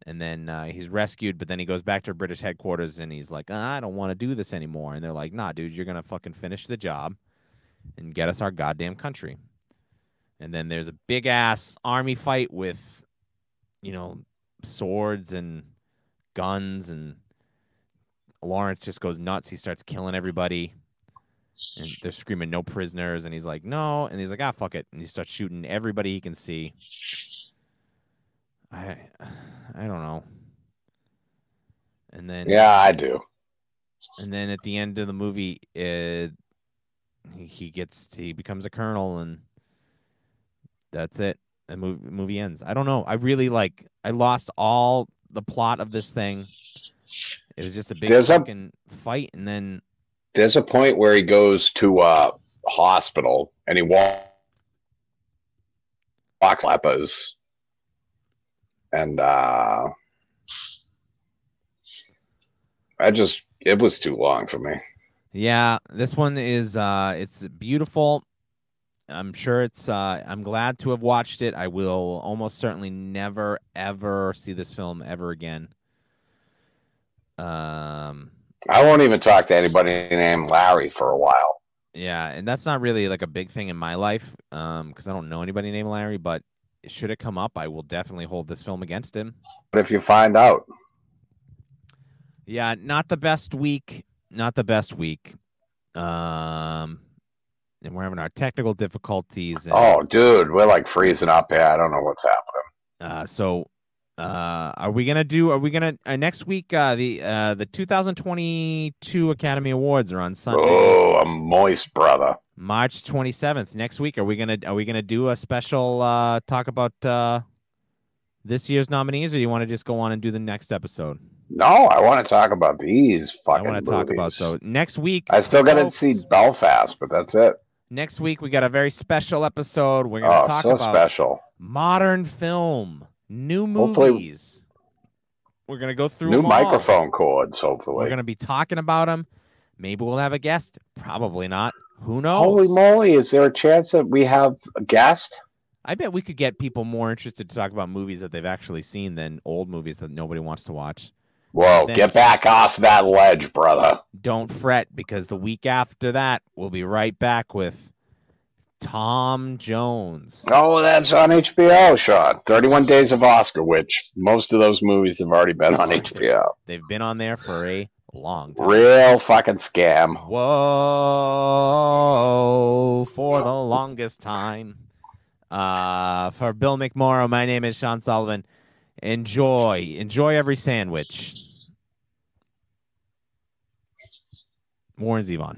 Speaker 2: and then uh, he's rescued, but then he goes back to British headquarters and he's like, "Ah, I don't want to do this anymore. And they're like, nah, dude, you're going to fucking finish the job and get us our goddamn country. And then there's a big ass army fight with, you know, swords and guns. And Lawrence just goes nuts. He starts killing everybody. And they're screaming, no prisoners. And he's like, no. And he's like, ah, fuck it. And he starts shooting everybody he can see. I, I don't know. And then
Speaker 3: Yeah, I do.
Speaker 2: and then at the end of the movie, uh, he, he gets he becomes a colonel, and that's it. The movie, movie ends. I don't know. I really like. I lost all the plot of this thing. It was just a big
Speaker 3: There's a-
Speaker 2: fucking fight, and then
Speaker 3: There's a point where he goes to a hospital and he walks walks lepers. And uh I just it was too long for me.
Speaker 2: yeah, this one is uh, it's beautiful. I'm sure it's. Uh, I'm glad to have watched it. I will almost certainly never ever see this film ever again. Um.
Speaker 3: I won't even talk to anybody named Larry for a while.
Speaker 2: Yeah, and that's not really like a big thing in my life, um, because I don't know anybody named Larry. But should it come up, I will definitely hold this film against him.
Speaker 3: But if you find out,
Speaker 2: Yeah, not the best week. Not the best week. Um, and we're having our technical difficulties. And,
Speaker 3: oh dude, we're like freezing up here. I don't know what's happening.
Speaker 2: Uh, so, uh, are we gonna do? Are we gonna uh, next week? Uh, the uh, the 2022 Academy Awards are on Sunday.
Speaker 3: Oh, a moist brother.
Speaker 2: March 27th next week are we going to are we going to do a special uh talk about uh this year's nominees or you want to just go on and do the next episode?
Speaker 3: No, I want to talk about these
Speaker 2: I
Speaker 3: fucking
Speaker 2: want to talk about
Speaker 3: movies.
Speaker 2: so next week
Speaker 3: I still got to
Speaker 2: folks,
Speaker 3: see Belfast, but that's it.
Speaker 2: Next week we got a very special episode. We're going to
Speaker 3: Oh,
Speaker 2: talk
Speaker 3: so
Speaker 2: about
Speaker 3: special.
Speaker 2: modern film, new
Speaker 3: Hopefully-
Speaker 2: movies. We're going to go through
Speaker 3: New
Speaker 2: them all.
Speaker 3: microphone cords,
Speaker 2: We're
Speaker 3: hopefully.
Speaker 2: going to be talking about them. Maybe we'll have a guest, probably not. Who knows?
Speaker 3: Holy moly, is there a chance that we have a guest?
Speaker 2: I bet we could get people more interested to talk about movies that they've actually seen than old movies that nobody wants to watch.
Speaker 3: Whoa,
Speaker 2: Then-
Speaker 3: get back off that ledge, brother.
Speaker 2: Don't fret because the week after that, we'll be right back with Tom Jones.
Speaker 3: Oh, that's on HBO, Sean. 31 Days of Oscar, which most of those movies have already been on HBO.
Speaker 2: They've been on there for a long time.
Speaker 3: Real fucking scam.
Speaker 2: Whoa, for the longest time. Uh, for Bill McMorrow, my name is Sean Sullivan. Enjoy, enjoy every sandwich. Warren Zevon.